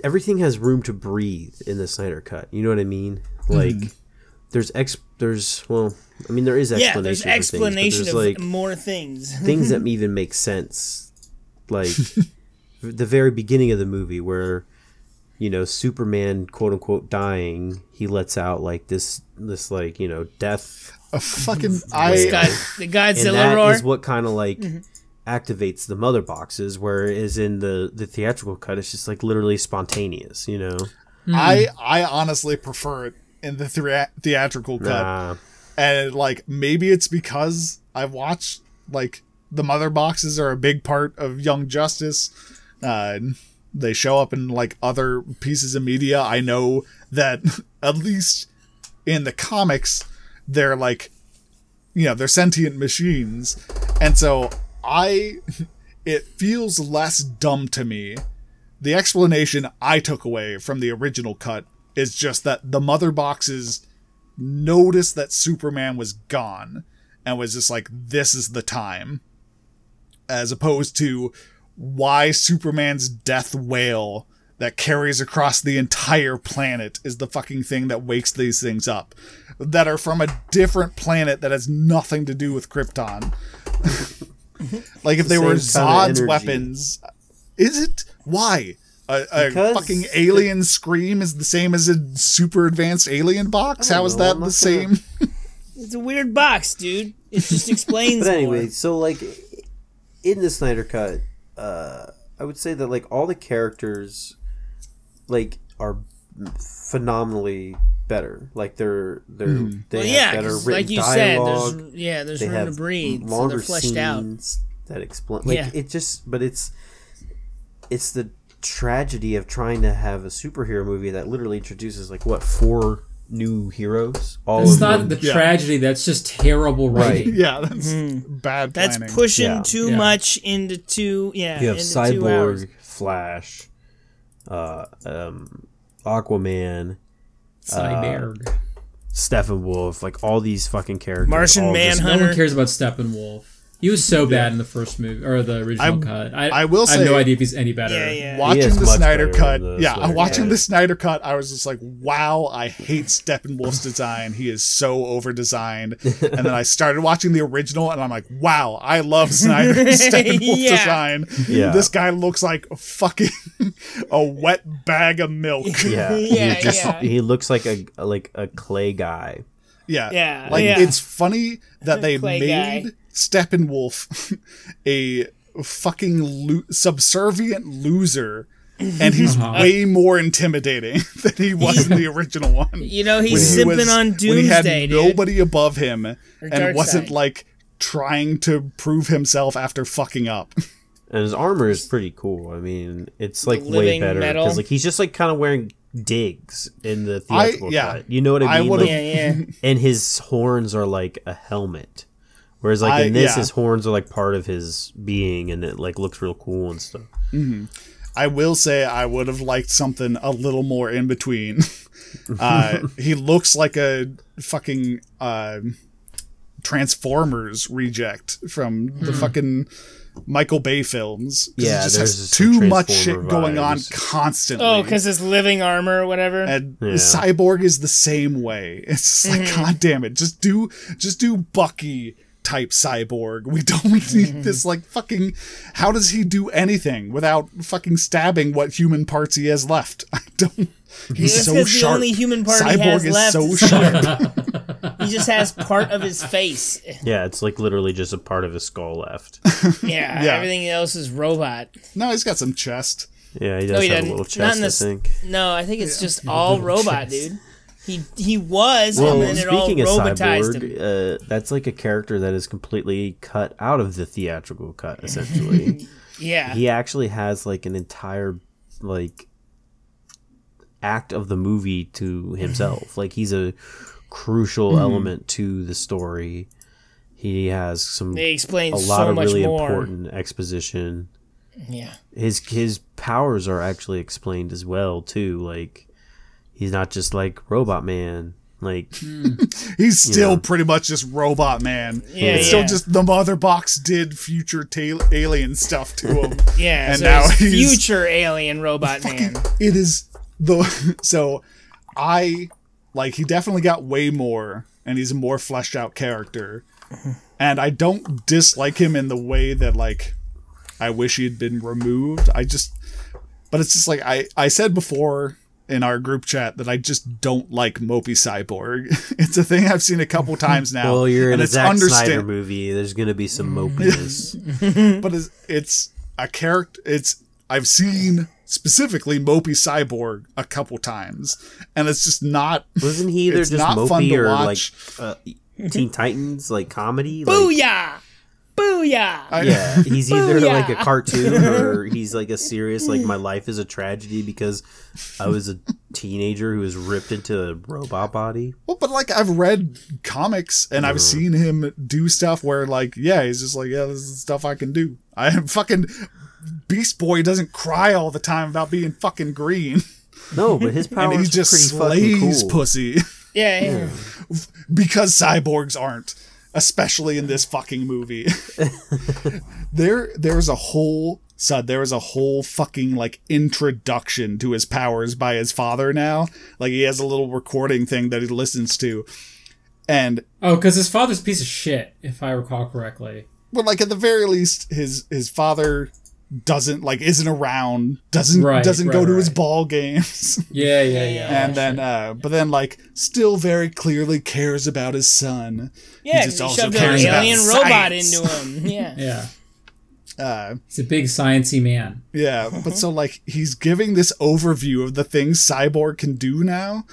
Speaker 3: everything has room to breathe in the Snyder Cut. You know what I mean? Like there's ex there's well I mean there is
Speaker 1: Mm-hmm. Yeah,
Speaker 3: explanation.
Speaker 1: there's
Speaker 3: for things, but
Speaker 1: explanation
Speaker 3: there's,
Speaker 1: of
Speaker 3: like,
Speaker 1: more things.
Speaker 3: things that even <laughs> make sense like the very beginning of the movie where you know Superman quote unquote dying, he lets out like this this like you know death,
Speaker 2: A
Speaker 1: <laughs>
Speaker 2: fucking
Speaker 1: This guy,
Speaker 2: I
Speaker 1: the
Speaker 3: and that is
Speaker 1: Godzilla roar.
Speaker 3: what kind of like. activates the mother boxes whereas in the the theatrical cut it's just like literally spontaneous you know
Speaker 2: I I honestly prefer it in the threa- theatrical cut.
Speaker 3: Nah.
Speaker 2: and like maybe it's because I watched like the mother boxes are a big part of Young Justice. Uh, and they show up in like other pieces of media. I know that <laughs> at least in the comics, they're like you know they're sentient machines, and so I <laughs> it feels less dumb to me. The explanation I took away from the original cut is just that the mother boxes noticed that Superman was gone and was just like, this is the time. As opposed to why Superman's death wail that carries across the entire planet is the fucking thing that wakes these things up. That are from a different planet that has nothing to do with Krypton. <laughs> like if they were
Speaker 3: same kinda
Speaker 2: Zod's
Speaker 3: energy.
Speaker 2: weapons. Is it? Why? A, a
Speaker 3: Because-
Speaker 2: fucking alien scream is the same as a super advanced alien box? How is
Speaker 3: know,
Speaker 2: that
Speaker 3: I'm
Speaker 2: the
Speaker 3: not gonna-
Speaker 2: same? <laughs>
Speaker 1: It's a weird box, dude. It
Speaker 3: <laughs>
Speaker 1: just explains
Speaker 3: But anyway,
Speaker 1: more.
Speaker 3: so like in the Snyder cut, uh, I would say that like all the characters like are phenomenally better. Like they're they're they
Speaker 1: Well,
Speaker 3: have
Speaker 1: yeah,
Speaker 3: better
Speaker 1: 'cause
Speaker 3: written
Speaker 1: like you
Speaker 3: dialogue.
Speaker 1: said, there's yeah, there's
Speaker 3: they
Speaker 1: room to
Speaker 3: have
Speaker 1: breathe, so
Speaker 3: longer
Speaker 1: they're fleshed out.
Speaker 3: scenes that explain. Like
Speaker 1: Yeah.
Speaker 3: it just, but it's it's the tragedy of trying to have a superhero movie that literally introduces like what four new heroes all
Speaker 4: It's
Speaker 3: in
Speaker 4: not
Speaker 3: one-
Speaker 4: the
Speaker 2: Yeah.
Speaker 4: tragedy. That's just terrible
Speaker 3: Right.
Speaker 4: writing.
Speaker 2: Yeah, that's
Speaker 3: Hmm.
Speaker 2: bad
Speaker 1: That's
Speaker 2: planning.
Speaker 1: pushing
Speaker 3: Yeah.
Speaker 1: too
Speaker 4: Yeah.
Speaker 1: much into two. Yeah,
Speaker 3: You have
Speaker 1: into two hours.
Speaker 3: <laughs> Cyborg, Flash, uh, um, Aquaman, Uh,
Speaker 4: Cyborg.
Speaker 3: Steppenwolf, like all these fucking characters.
Speaker 1: Martian
Speaker 3: all just-
Speaker 4: no one
Speaker 1: Manhunter.
Speaker 4: cares about Steppenwolf. He was so bad in the first movie or the original
Speaker 2: I-
Speaker 4: cut. I,
Speaker 2: I will
Speaker 4: I have
Speaker 2: say-
Speaker 4: no idea if he's any better.
Speaker 1: Yeah, yeah.
Speaker 3: He
Speaker 2: Watching
Speaker 3: is
Speaker 2: the
Speaker 3: much
Speaker 2: Snyder
Speaker 3: better
Speaker 2: Cut,
Speaker 3: than the
Speaker 2: yeah,
Speaker 3: Snyder
Speaker 2: watching
Speaker 3: Cut.
Speaker 2: the Snyder Cut, I was just like, "Wow, I hate
Speaker 3: <laughs>
Speaker 2: Steppenwolf's design. He is so over-designed." And then I started watching the original, and I'm like, "Wow, I love
Speaker 3: <laughs>
Speaker 2: Snyder's Steppenwolf
Speaker 1: Yeah.
Speaker 2: design.
Speaker 3: Yeah.
Speaker 2: This guy looks like fucking <laughs> a wet bag of milk."
Speaker 3: Yeah,
Speaker 1: Yeah,
Speaker 3: he,
Speaker 1: <laughs>
Speaker 3: just,
Speaker 1: yeah.
Speaker 3: he looks like a like a clay guy.
Speaker 2: Yeah.
Speaker 1: Yeah,
Speaker 2: Like
Speaker 1: yeah.
Speaker 2: it's funny
Speaker 1: <laughs>
Speaker 2: that they
Speaker 1: Clay
Speaker 2: made
Speaker 1: guy.
Speaker 2: Steppenwolf <laughs> a fucking lo- subservient loser and he's way more intimidating <laughs> than he was in the original one.
Speaker 1: You know he's
Speaker 2: When he
Speaker 1: sipping
Speaker 2: was-
Speaker 1: on
Speaker 2: when he had
Speaker 1: Doomsday, dude.
Speaker 2: nobody above him and
Speaker 1: Darkseid.
Speaker 2: wasn't like trying to prove himself after fucking up.
Speaker 3: And his armor is pretty cool. I mean, it's like way
Speaker 1: living
Speaker 3: better
Speaker 1: metal.
Speaker 3: because like he's just like kind of wearing digs in the
Speaker 2: I-
Speaker 3: theatrical
Speaker 2: yeah.
Speaker 3: cut. You know what I
Speaker 2: I
Speaker 3: mean?
Speaker 2: would've-
Speaker 3: Like,
Speaker 1: yeah,
Speaker 2: <laughs>
Speaker 1: yeah.
Speaker 3: and his horns are like a helmet. Whereas like
Speaker 2: I-
Speaker 3: in this,
Speaker 2: yeah.
Speaker 3: his horns are like part of his being, and it like looks real cool and stuff.
Speaker 2: I will say I would have liked something a little more in between. <laughs>
Speaker 3: <laughs>
Speaker 2: Uh, he looks like a fucking uh, Transformers reject from the fucking Michael Bay films. 'Cause
Speaker 3: Yeah,
Speaker 2: he just
Speaker 3: there's
Speaker 2: has
Speaker 3: just
Speaker 2: too
Speaker 3: some
Speaker 2: much shit
Speaker 3: Transformer
Speaker 2: going on
Speaker 3: vibes.
Speaker 2: constantly.
Speaker 1: Oh, because it's living armor or whatever.
Speaker 2: and
Speaker 3: Yeah.
Speaker 2: Cyborg is the same way. It's just like,
Speaker 1: Mm-hmm.
Speaker 2: god damn it, just do, just do Bucky type cyborg. We don't <laughs>
Speaker 1: Mm-hmm.
Speaker 2: need this like fucking. How does he do anything without fucking stabbing what human parts he has left? <laughs> I don't. He's
Speaker 1: That's
Speaker 2: so
Speaker 1: 'cause the
Speaker 2: sharp.
Speaker 1: only human part he has
Speaker 2: cyborg is
Speaker 1: left <laughs>
Speaker 2: so
Speaker 1: is-
Speaker 2: sharp.
Speaker 1: he just has part of his face. <laughs>
Speaker 3: Yeah, it's like literally just a part of his skull left.
Speaker 1: Yeah,
Speaker 2: Yeah.
Speaker 1: everything else is robot.
Speaker 2: no, he's got some chest.
Speaker 3: Yeah, he does
Speaker 1: he
Speaker 3: have a
Speaker 1: doesn't. Oh,
Speaker 3: little
Speaker 1: Not
Speaker 3: chest,
Speaker 1: in
Speaker 3: I
Speaker 1: this-
Speaker 3: think.
Speaker 1: No, I think it's just all robot, dude. He he was,
Speaker 3: Well,
Speaker 1: and then it all
Speaker 3: speaking of
Speaker 1: robotized him.
Speaker 3: cyborg, uh, that's like a character that is completely cut out of the theatrical cut.
Speaker 1: <laughs>
Speaker 3: Essentially,
Speaker 1: Yeah,
Speaker 3: he actually has like an entire like act of the movie to himself. like he's a crucial
Speaker 1: Mm-hmm.
Speaker 3: element to the story. He has some
Speaker 1: they
Speaker 3: a
Speaker 1: explained
Speaker 3: lot
Speaker 1: so
Speaker 3: of
Speaker 1: much
Speaker 3: really
Speaker 1: more.
Speaker 3: important exposition.
Speaker 1: Yeah,
Speaker 3: his his powers are actually explained as well too. Like he's not just like Robot Man. Like
Speaker 2: Mm. He's still pretty much just robot man.
Speaker 1: Yeah,
Speaker 2: it's still
Speaker 1: yeah.
Speaker 2: just the mother box did future ta- alien stuff to him.
Speaker 1: yeah.
Speaker 2: And
Speaker 1: so
Speaker 2: now
Speaker 1: it's
Speaker 2: he's-
Speaker 1: future alien
Speaker 2: <laughs>
Speaker 1: robot man.
Speaker 2: it is the <laughs> so I like he definitely got way more and he's a more fleshed out character. And I don't dislike him in the way that like I wish he had been removed. I just But it's just like I I said before in our group chat that I just don't like mopey cyborg. <laughs> it's a thing I've seen a
Speaker 3: <laughs>
Speaker 2: couple times now.
Speaker 3: Well, oh, you're in
Speaker 2: and
Speaker 3: a
Speaker 2: it's
Speaker 3: Zack Snyder
Speaker 2: understand- Mm.
Speaker 3: movie. There's gonna be some
Speaker 2: <laughs>
Speaker 3: mopiness.
Speaker 2: but it's, it's a character it's i've seen specifically mopey cyborg a couple times and it's just not
Speaker 3: Wasn't he either
Speaker 2: It's
Speaker 3: just
Speaker 2: not fun
Speaker 3: mopey
Speaker 2: to
Speaker 3: or
Speaker 2: watch.
Speaker 3: like uh, Teen Titans, like comedy? Like,
Speaker 1: Booyah! Booyah!
Speaker 2: I,
Speaker 3: Yeah, he's either
Speaker 1: Booyah.
Speaker 3: like a
Speaker 2: <laughs>
Speaker 3: cartoon or he's like a serious like my life is a tragedy because I was a teenager who was ripped into a robot body.
Speaker 2: well but like i've read comics and i've
Speaker 3: Mm-hmm.
Speaker 2: seen him do stuff where like yeah he's just like yeah this is stuff i can do i am fucking beast boy doesn't cry all the time about being fucking green
Speaker 3: No, but his
Speaker 2: <laughs>
Speaker 3: power
Speaker 2: and he
Speaker 3: is
Speaker 2: just
Speaker 3: pretty fucking
Speaker 2: slays
Speaker 3: cool.
Speaker 2: pussy <laughs>
Speaker 1: Yeah, yeah.
Speaker 2: because cyborgs aren't especially in this fucking
Speaker 4: <laughs>
Speaker 2: movie there there's a whole son there is a whole fucking like introduction to his powers by his father now like he has a little recording thing that he listens to and
Speaker 4: Oh, because his father's a piece of shit, if I recall correctly.
Speaker 2: but like at the very least his his father doesn't like isn't around doesn't
Speaker 4: Right,
Speaker 2: doesn't
Speaker 4: right,
Speaker 2: go to his
Speaker 4: right.
Speaker 2: ball games
Speaker 4: Yeah, yeah, yeah.
Speaker 2: and then uh but then like still very clearly cares about his son
Speaker 1: Yeah, 'cause
Speaker 2: just
Speaker 1: he
Speaker 2: also
Speaker 1: shoved an
Speaker 2: cares about
Speaker 1: alien robot
Speaker 2: science.
Speaker 1: into
Speaker 2: <laughs>
Speaker 1: him. Yeah.
Speaker 4: Yeah.
Speaker 2: uh
Speaker 4: He's a big sciency man.
Speaker 2: Yeah,
Speaker 1: Uh-huh.
Speaker 2: but so like he's giving this overview of the things Cyborg can do now.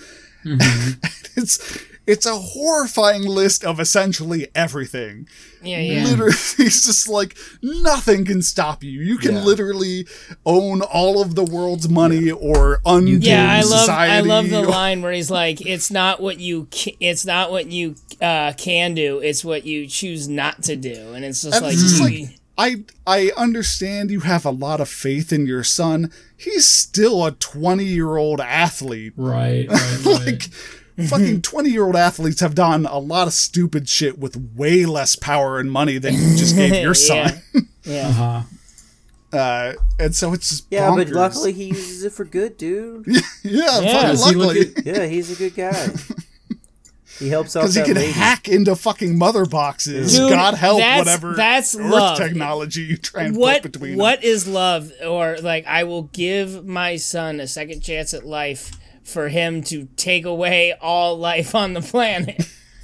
Speaker 1: Mm-hmm.
Speaker 2: <laughs> it's it's a horrifying list of essentially everything.
Speaker 1: Yeah, yeah.
Speaker 2: Literally, <laughs> he's just like nothing can stop you. You can
Speaker 3: Yeah.
Speaker 2: literally own all of the world's money or undo
Speaker 1: Yeah, I love I
Speaker 2: society. <laughs>
Speaker 1: love the line where he's like, "It's not what you ca- it's not what you uh, can do; it's what you choose not to do." And it's just
Speaker 2: And
Speaker 1: like,
Speaker 2: it's just
Speaker 1: mm,
Speaker 2: like I I understand you have a lot of faith in your son. He's still a twenty year old athlete.
Speaker 3: <laughs>
Speaker 4: Right,
Speaker 3: Oh
Speaker 4: right,
Speaker 2: <laughs>
Speaker 4: right.
Speaker 2: like
Speaker 1: Mm-hmm.
Speaker 2: fucking 20 year old athletes have done a lot of stupid shit with way less power and money than you
Speaker 1: <laughs>
Speaker 2: just gave your son
Speaker 1: yeah,
Speaker 4: uh-huh.
Speaker 2: uh, and so it's just
Speaker 3: Yeah, but
Speaker 2: bonkers.
Speaker 3: luckily he uses it for good, dude.
Speaker 2: <laughs> yeah,
Speaker 1: Yeah.
Speaker 2: fucking
Speaker 1: Does
Speaker 4: he look
Speaker 2: luckily
Speaker 4: at-
Speaker 3: Yeah, he's a
Speaker 2: <laughs>
Speaker 3: good guy. He helps out
Speaker 2: because he
Speaker 3: that
Speaker 2: can
Speaker 3: lady.
Speaker 2: hack into fucking mother boxes
Speaker 1: Dude,
Speaker 2: god help
Speaker 1: that's-
Speaker 2: whatever
Speaker 1: that's
Speaker 2: earth
Speaker 1: love.
Speaker 2: technology you try and
Speaker 1: what
Speaker 2: put between
Speaker 1: what is love or like i will give my son a second chance at life for him to take away all life on the planet <laughs>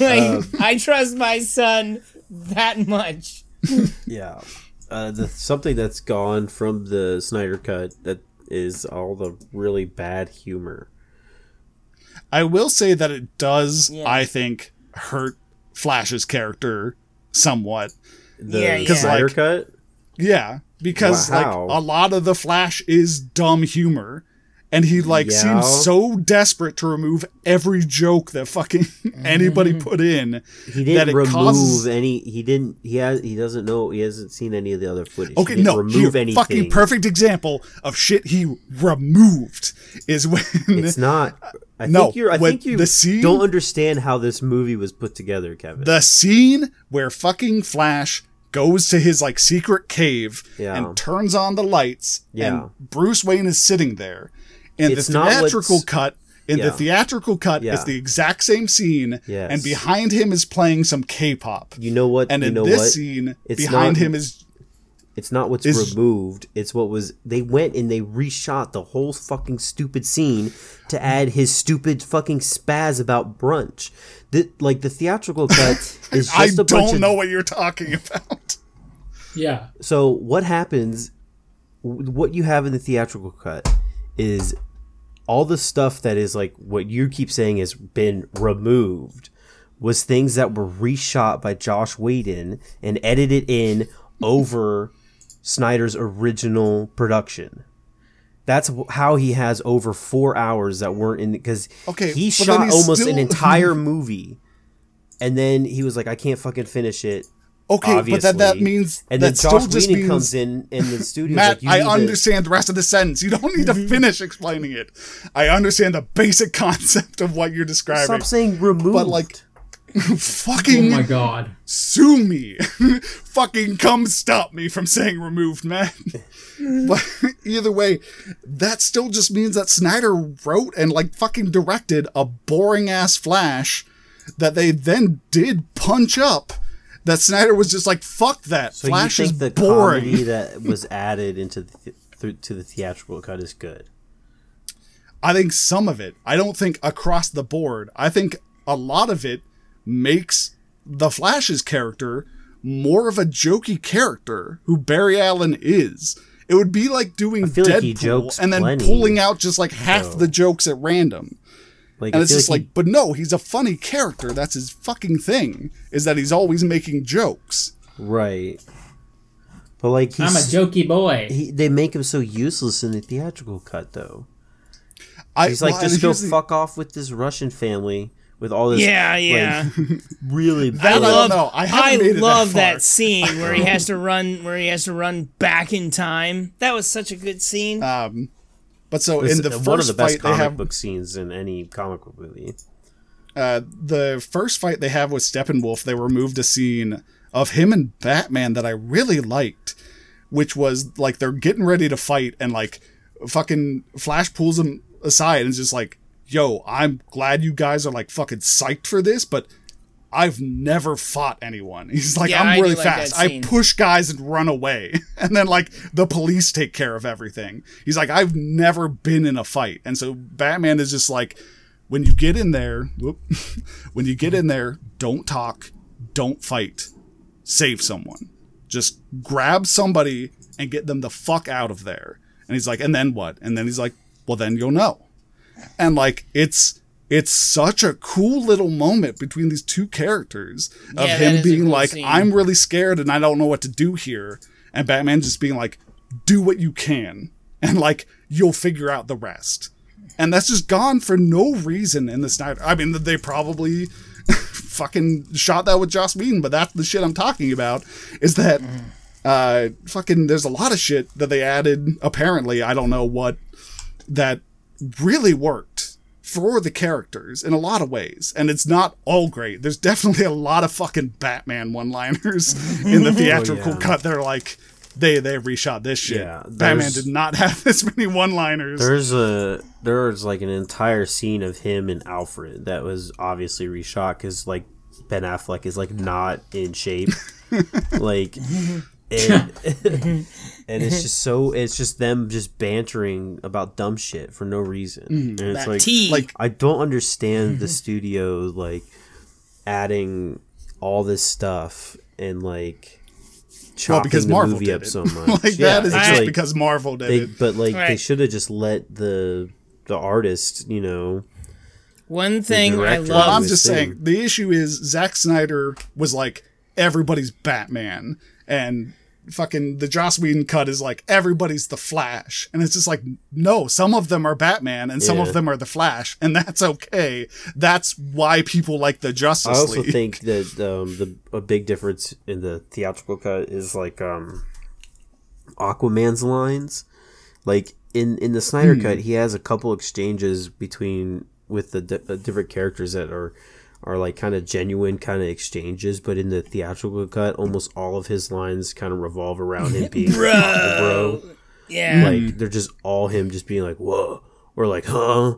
Speaker 1: like
Speaker 2: Um,
Speaker 1: i trust my son that much
Speaker 3: Yeah. Uh, the, something that's gone from the Snyder cut that is all the really bad humor.
Speaker 2: them. i will say that it does
Speaker 1: Yeah.
Speaker 2: i think hurt flash's character somewhat
Speaker 3: The
Speaker 1: Yeah, yeah. 'Cause,
Speaker 3: Snyder
Speaker 2: like-
Speaker 3: cut.
Speaker 2: Yeah, because
Speaker 3: Wow.
Speaker 2: like a lot of the Flash is dumb humor, and he like
Speaker 3: Yeah.
Speaker 2: seems so desperate to remove every joke that fucking <laughs> anybody put in.
Speaker 3: He
Speaker 2: that
Speaker 3: didn't
Speaker 2: it
Speaker 3: remove
Speaker 2: causes-
Speaker 3: any. He didn't. He has. He doesn't know. He hasn't seen any of the other footage.
Speaker 2: Okay,
Speaker 3: he didn't
Speaker 2: no,
Speaker 3: remove
Speaker 2: here,
Speaker 3: anything.
Speaker 2: fucking perfect example of shit he removed is when <laughs>
Speaker 3: It's not. I
Speaker 2: No,
Speaker 3: think you're. I
Speaker 2: when
Speaker 3: think you
Speaker 2: the scene-
Speaker 3: don't understand how this movie was put together, Kevin.
Speaker 2: the scene where fucking Flash goes to his like secret cave
Speaker 3: Yeah.
Speaker 2: and turns on the lights
Speaker 3: Yeah.
Speaker 2: and Bruce Wayne is sitting there in
Speaker 3: It's
Speaker 2: the
Speaker 3: not what's-
Speaker 2: theatrical cut in
Speaker 3: Yeah.
Speaker 2: the theatrical cut
Speaker 3: Yeah.
Speaker 2: it's the exact same scene
Speaker 3: Yes.
Speaker 2: and behind him is playing some K-pop
Speaker 3: you know what?
Speaker 2: and
Speaker 3: you
Speaker 2: in
Speaker 3: know
Speaker 2: this
Speaker 3: what?
Speaker 2: scene
Speaker 3: It's
Speaker 2: behind
Speaker 3: not-
Speaker 2: him is
Speaker 3: It's not what's
Speaker 2: Is-
Speaker 3: removed. It's what was. They went and they reshot the whole fucking stupid scene to add his stupid fucking spaz about brunch. That like the theatrical cut
Speaker 2: <laughs>
Speaker 3: is just
Speaker 2: I
Speaker 3: a bunch
Speaker 2: don't
Speaker 3: of
Speaker 2: know what you're talking <laughs> about
Speaker 4: Yeah.
Speaker 3: So what happens? What you have in the theatrical cut is all the stuff that is like what you keep saying has been removed was things that were reshot by Josh Whedon and edited in over Snyder's original production. That's wh- how he has over four hours that weren't in because
Speaker 2: Okay,
Speaker 3: he
Speaker 2: but then
Speaker 3: shot
Speaker 2: he's
Speaker 3: almost
Speaker 2: still- <laughs>
Speaker 3: an entire movie, and then he was like, "I can't fucking finish it."
Speaker 2: okay but that that means
Speaker 3: And
Speaker 2: that
Speaker 3: then Josh
Speaker 2: still just
Speaker 3: Whedon
Speaker 2: means
Speaker 3: comes in in the studio.
Speaker 2: Matt,
Speaker 3: like, you
Speaker 2: I
Speaker 3: need to-
Speaker 2: understand the rest of the sentence. You don't
Speaker 3: <laughs>
Speaker 2: need to finish explaining it. I understand the basic <laughs> concept of what you're describing.
Speaker 3: Stop saying removed.
Speaker 2: But, like,
Speaker 4: Oh
Speaker 2: Fucking
Speaker 4: my god.
Speaker 2: sue me. <laughs> Fucking come stop me from saying removed, man.
Speaker 3: <laughs>
Speaker 2: but either way, that still just means that Snyder wrote and like fucking directed a boring ass flash that they then did punch up. That Snyder was just like, fuck that.
Speaker 3: so
Speaker 2: flash
Speaker 3: you
Speaker 2: is
Speaker 3: think the
Speaker 2: boring.
Speaker 3: comedy that was added into the th- th- to the theatrical cut is good.
Speaker 2: I think some of it. I don't think across the board. I think a lot of it makes the Flash's character more of a jokey character who Barry Allen is. It would be like doing
Speaker 3: feel
Speaker 2: Deadpool
Speaker 3: like he jokes
Speaker 2: and then
Speaker 3: plenty,
Speaker 2: pulling out just like half
Speaker 3: though.
Speaker 2: the jokes at random.
Speaker 3: Like,
Speaker 2: And
Speaker 3: I
Speaker 2: it's
Speaker 3: feel
Speaker 2: just like,
Speaker 3: he-
Speaker 2: but no, he's a funny character. That's his fucking thing. Is that he's always making jokes.
Speaker 3: right. But like he's,
Speaker 4: I'm a jokey boy.
Speaker 3: he, they make him so useless in the theatrical cut though.
Speaker 2: I,
Speaker 3: He's like,
Speaker 2: well,
Speaker 3: just
Speaker 2: and
Speaker 3: go
Speaker 2: here's the-
Speaker 3: fuck off with this Russian family with all this.
Speaker 1: Yeah,
Speaker 3: like,
Speaker 1: yeah.
Speaker 3: really.
Speaker 1: I
Speaker 3: bad-
Speaker 2: don't
Speaker 3: <laughs>
Speaker 1: love.
Speaker 2: know. I
Speaker 1: I,
Speaker 2: haven't made it that
Speaker 1: love
Speaker 2: far.
Speaker 1: that, scene where he
Speaker 2: <laughs>
Speaker 1: has to run. Where he has to run back in time. That was such a good scene.
Speaker 2: Um, but so
Speaker 3: It's
Speaker 2: in the first
Speaker 3: one of the best
Speaker 2: fight they
Speaker 3: comic
Speaker 2: have
Speaker 3: book scenes in any comic book movie.
Speaker 2: uh, the first fight they have with Steppenwolf, they removed a scene of him and Batman that I really liked, which was like they're getting ready to fight and like fucking Flash pulls him aside and is just like, "Yo, I'm glad you guys are like fucking psyched for this, but." I've never fought anyone. <laughs> He's like,
Speaker 1: Yeah, I
Speaker 2: I'm
Speaker 1: do
Speaker 2: really
Speaker 1: like that
Speaker 2: fast. I
Speaker 1: scene.
Speaker 2: push guys and run away. <laughs> And then, like, the police take care of everything. He's like, I've never been in a fight. And so Batman is just like, when you get in there, whoop, <laughs> when you get in there, don't talk, don't fight, save someone. Just grab somebody and get them the fuck out of there. And he's like, and then what? And then he's like, well, then you'll know. And like, it's it's such a cool little moment between these two characters of
Speaker 1: Yeah, that is
Speaker 2: him
Speaker 1: a
Speaker 2: being
Speaker 1: cool
Speaker 2: like,
Speaker 1: scene.
Speaker 2: I'm really scared and I don't know what to do here, and Batman just being like, do what you can, and like you'll figure out the rest. And that's just gone for no reason in the Snyder. I mean, they probably fucking shot that with Joss Whedon, but that's the shit I'm talking about. Is that
Speaker 3: Mm.
Speaker 2: uh, fucking? There's a lot of shit that they added. Apparently, I don't know what that really worked for the characters in a lot of ways. And it's not all great. There's definitely a lot of fucking Batman
Speaker 3: <laughs>
Speaker 2: one-liners in the theatrical
Speaker 3: Oh, yeah.
Speaker 2: cut. They're like. They, they reshot this shit.
Speaker 3: Yeah,
Speaker 2: Batman
Speaker 3: there's-
Speaker 2: did not <laughs> have this many one-liners.
Speaker 3: There's a there's like an entire scene of him and Alfred that was obviously reshot because like Ben Affleck is like not
Speaker 2: <laughs>
Speaker 3: in shape, like, and, <laughs> and it's just so it's just them just bantering about dumb shit for no reason,
Speaker 2: Mm-hmm.
Speaker 3: and it's
Speaker 1: that
Speaker 3: like
Speaker 1: tea.
Speaker 2: like-
Speaker 3: I don't
Speaker 2: <laughs>
Speaker 3: understand the studio like adding all this stuff and like chopping
Speaker 2: because
Speaker 3: the
Speaker 2: Marvel
Speaker 3: movie
Speaker 2: did
Speaker 3: up
Speaker 2: it. <laughs>
Speaker 3: so much.
Speaker 2: like
Speaker 3: Yeah,
Speaker 2: that is
Speaker 3: it's
Speaker 2: just
Speaker 3: like-
Speaker 2: because Marvel did
Speaker 3: they
Speaker 2: it.
Speaker 3: but like they
Speaker 1: Right.
Speaker 3: should have just let the the artist you know
Speaker 1: One thing I
Speaker 3: director.
Speaker 2: I'm
Speaker 1: love.
Speaker 3: was
Speaker 2: just
Speaker 3: saying-
Speaker 2: saying the issue is Zack Snyder was like everybody's Batman and fucking the Joss Whedon cut is like everybody's the Flash and it's just like no some of them are Batman and some
Speaker 3: Yeah.
Speaker 2: of them are the Flash and <laughs> that's okay that's why people like the
Speaker 3: i
Speaker 2: Justice
Speaker 3: also
Speaker 2: League
Speaker 3: think that um the a big difference in the theatrical cut is like um aquaman's lines like in in the snyder cut he has a couple exchanges between with the di- uh, different characters that are are like kind of genuine kind of exchanges but in the theatrical cut almost all of his lines kind of revolve around him being like, "Oh, bro
Speaker 1: Yeah,
Speaker 3: like they're just all him just being like whoa or like huh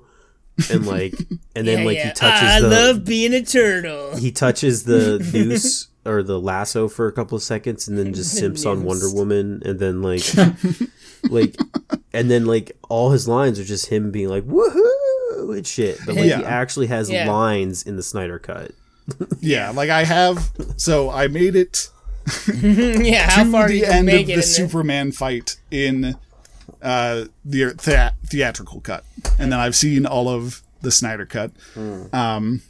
Speaker 3: and like and then
Speaker 1: yeah,
Speaker 3: like
Speaker 1: yeah.
Speaker 3: he touches
Speaker 1: I
Speaker 3: the
Speaker 1: love being a turtle. <laughs>
Speaker 3: he touches the noose or the lasso for a couple of seconds and then just simps on wonder woman and
Speaker 1: <laughs>
Speaker 3: then like like and then like all his lines are just him being like woohoo and shit but like
Speaker 2: Yeah.
Speaker 3: he actually has
Speaker 1: Yeah.
Speaker 3: lines in the snyder cut
Speaker 2: yeah like I have so I made it
Speaker 1: yeah, how
Speaker 2: to
Speaker 1: far do
Speaker 2: the
Speaker 1: you
Speaker 2: end
Speaker 1: make
Speaker 2: of
Speaker 1: it in
Speaker 2: the
Speaker 1: there?
Speaker 2: Superman fight in uh, the thea- theatrical cut, and then I've seen all of the Snyder cut.
Speaker 3: Hmm.
Speaker 2: Um,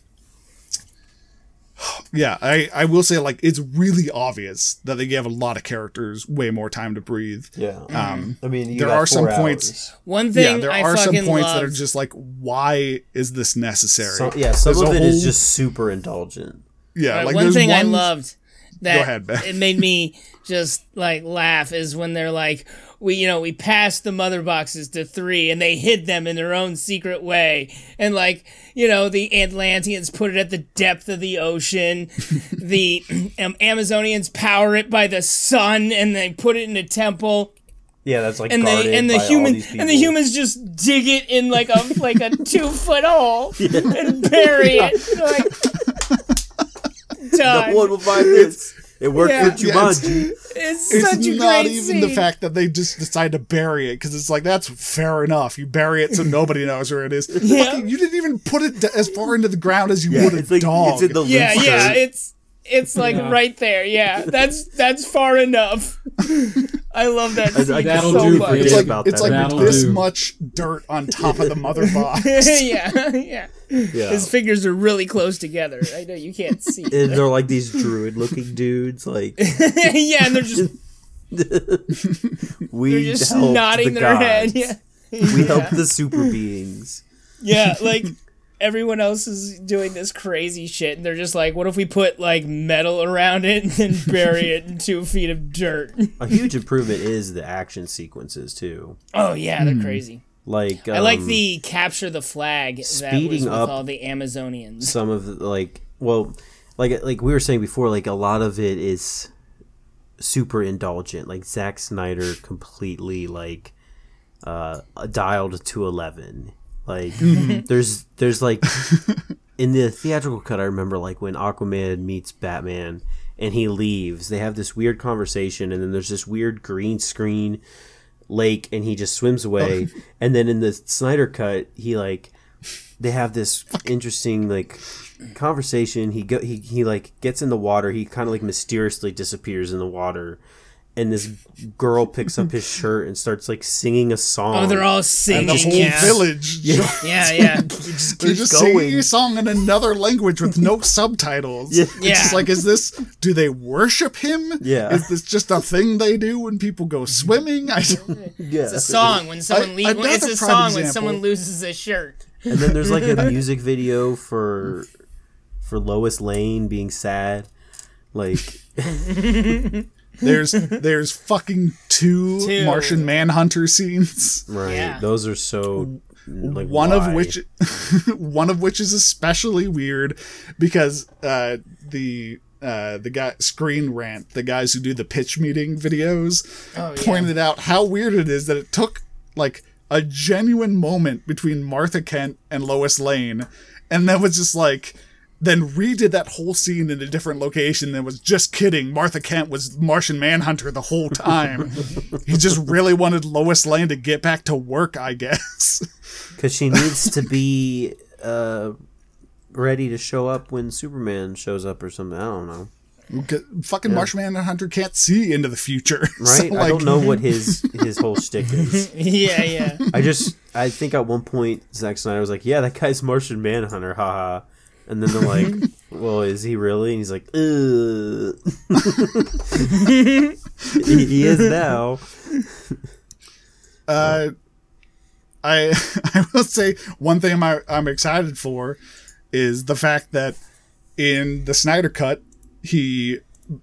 Speaker 2: yeah, I, I will say like it's really obvious that they gave a lot of characters way more time to breathe.
Speaker 3: yeah um i mean
Speaker 2: there got are some four points- hours.
Speaker 1: One
Speaker 2: Yeah,
Speaker 1: thing
Speaker 2: there
Speaker 1: I
Speaker 2: are some
Speaker 1: fucking
Speaker 2: points that are
Speaker 1: loved-
Speaker 2: just like, why is this necessary?
Speaker 3: yeah some
Speaker 2: There's
Speaker 3: of
Speaker 2: a
Speaker 3: it is
Speaker 2: whole-
Speaker 3: just super indulgent
Speaker 2: yeah.
Speaker 1: Right,
Speaker 2: like
Speaker 1: one
Speaker 2: there's
Speaker 1: thing I
Speaker 2: one-
Speaker 1: loved that
Speaker 2: ahead, Ben.
Speaker 1: it made me just like laugh is when they're like, we you know we passed the mother boxes to three and they hid them in their own secret way and like you know the Atlanteans put it at the depth of the
Speaker 2: <laughs>
Speaker 1: ocean, the um, Amazonians power it by the sun and they put it in a temple
Speaker 3: yeah that's like
Speaker 1: and
Speaker 3: guarded
Speaker 1: they and the
Speaker 3: by all
Speaker 1: human
Speaker 3: these
Speaker 1: and the
Speaker 3: people.
Speaker 1: humans just dig it in like a like
Speaker 3: <laughs>
Speaker 1: a two foot hole and bury it
Speaker 3: <laughs>
Speaker 1: like. Done. <laughs>
Speaker 3: one will buy this. It worked
Speaker 1: Yeah.
Speaker 3: for Jumanji.
Speaker 1: It's,
Speaker 2: It's
Speaker 1: such a
Speaker 2: not
Speaker 1: great
Speaker 2: even
Speaker 1: scene.
Speaker 2: the fact that they just decide to bury it because it's like that's fair enough. You bury
Speaker 1: <laughs>
Speaker 2: it so nobody knows where it is. Fucking, you didn't even put it d- as far into the ground as you would a
Speaker 3: it's like
Speaker 2: dog.
Speaker 3: it's in the
Speaker 1: Yeah,
Speaker 3: loose
Speaker 1: yeah,
Speaker 3: shirt.
Speaker 1: it's it's like
Speaker 4: Yeah.
Speaker 1: right there. Yeah, that's that's far enough. I love that
Speaker 3: <laughs> I- I
Speaker 1: scene
Speaker 4: That'll
Speaker 1: so
Speaker 4: do for
Speaker 1: much.
Speaker 4: you.
Speaker 2: It's like
Speaker 3: about
Speaker 2: it's
Speaker 3: that.
Speaker 2: like
Speaker 4: That'll
Speaker 2: this
Speaker 4: do.
Speaker 2: much dirt on top of the
Speaker 3: <laughs>
Speaker 2: mother
Speaker 1: <laughs>
Speaker 2: box.
Speaker 1: yeah, yeah,
Speaker 3: yeah.
Speaker 1: His fingers are really close together. I know you can't see. <laughs>
Speaker 3: <laughs> and they're like these druid looking dudes like
Speaker 1: yeah, and they're just
Speaker 3: we
Speaker 1: they're just
Speaker 3: help
Speaker 1: nodding
Speaker 3: the
Speaker 1: their
Speaker 3: gods.
Speaker 1: head. <laughs> Yeah,
Speaker 3: we help the super beings
Speaker 2: <laughs>
Speaker 1: yeah, like. Everyone else is doing this crazy shit, and they're just like, "What if we put like metal around it and
Speaker 2: <laughs>
Speaker 1: then bury it in two feet of dirt?"
Speaker 3: a huge improvement is the action sequences too
Speaker 1: Oh yeah,
Speaker 2: Hmm.
Speaker 1: they're crazy.
Speaker 3: like
Speaker 1: I like
Speaker 3: um,
Speaker 1: the capture the flag that was
Speaker 3: speeding
Speaker 1: with
Speaker 3: up-
Speaker 1: all the Amazonians.
Speaker 3: some of the, like well like like we were saying before like a lot of it is super indulgent like Zack Snyder completely like uh dialed to 11 like there's there's like in the theatrical cut I remember like when Aquaman meets Batman and he leaves they have this weird conversation and then there's this weird green screen lake and he just swims away
Speaker 2: Oh. <laughs>
Speaker 3: and then in the Snyder cut he like they have this interesting like conversation he go he, he like gets in the water he kind of like mysteriously disappears in the water and this girl picks up his shirt and starts like singing a song
Speaker 1: Oh, they're all singing.
Speaker 2: The whole
Speaker 1: yeah.
Speaker 2: village.
Speaker 1: Yeah, yeah.
Speaker 2: They're just
Speaker 3: going.
Speaker 2: singing a song in another language with
Speaker 3: <laughs>
Speaker 2: no subtitles.
Speaker 3: Yeah.
Speaker 2: It's
Speaker 1: Yeah.
Speaker 2: just like, is this, do they worship him?
Speaker 3: Yeah.
Speaker 2: Is this just a thing they do when people go swimming? I don't,
Speaker 3: yeah
Speaker 1: It's a song
Speaker 2: <laughs>
Speaker 1: when someone
Speaker 2: I-
Speaker 1: leaves.
Speaker 2: another
Speaker 1: It's a
Speaker 2: prime
Speaker 1: song when
Speaker 2: example.
Speaker 1: someone loses a shirt. <laughs>
Speaker 3: and then there's like a music video for for Lois Lane being sad like
Speaker 2: there's, there's fucking two,
Speaker 1: Two.
Speaker 2: Martian Manhunter scenes.
Speaker 3: right
Speaker 1: Yeah.
Speaker 3: those are so like
Speaker 2: one
Speaker 3: why?
Speaker 2: of which <laughs> one of which is especially weird because uh the uh, the guy screen rant the guys who do the pitch meeting videos
Speaker 1: yeah.
Speaker 2: pointed out how weird it is that it took like a genuine moment between martha kent and lois lane and then was just like then redid that whole scene in a different location and was just kidding martha kent was martian manhunter the whole
Speaker 3: <laughs>
Speaker 2: time he just really wanted lois lane to get back to work i guess
Speaker 3: because she needs to be uh ready to show up when Superman shows up or something I don't know
Speaker 2: G- fucking Marshman Hunter can't see into the future. <laughs> So,
Speaker 3: right I don't know
Speaker 1: <laughs>
Speaker 3: what his his whole shtick is
Speaker 1: Yeah,
Speaker 2: <laughs>
Speaker 1: yeah.
Speaker 3: I just I think at one point Zack Snyder was like yeah that guy's Martian Manhunter haha and then
Speaker 1: <laughs>
Speaker 3: they're like well is he really and he's like Ugh. he, he is now.
Speaker 2: Uh, I <laughs> I will say one thing I'm I'm excited for is the fact that in the Snyder cut he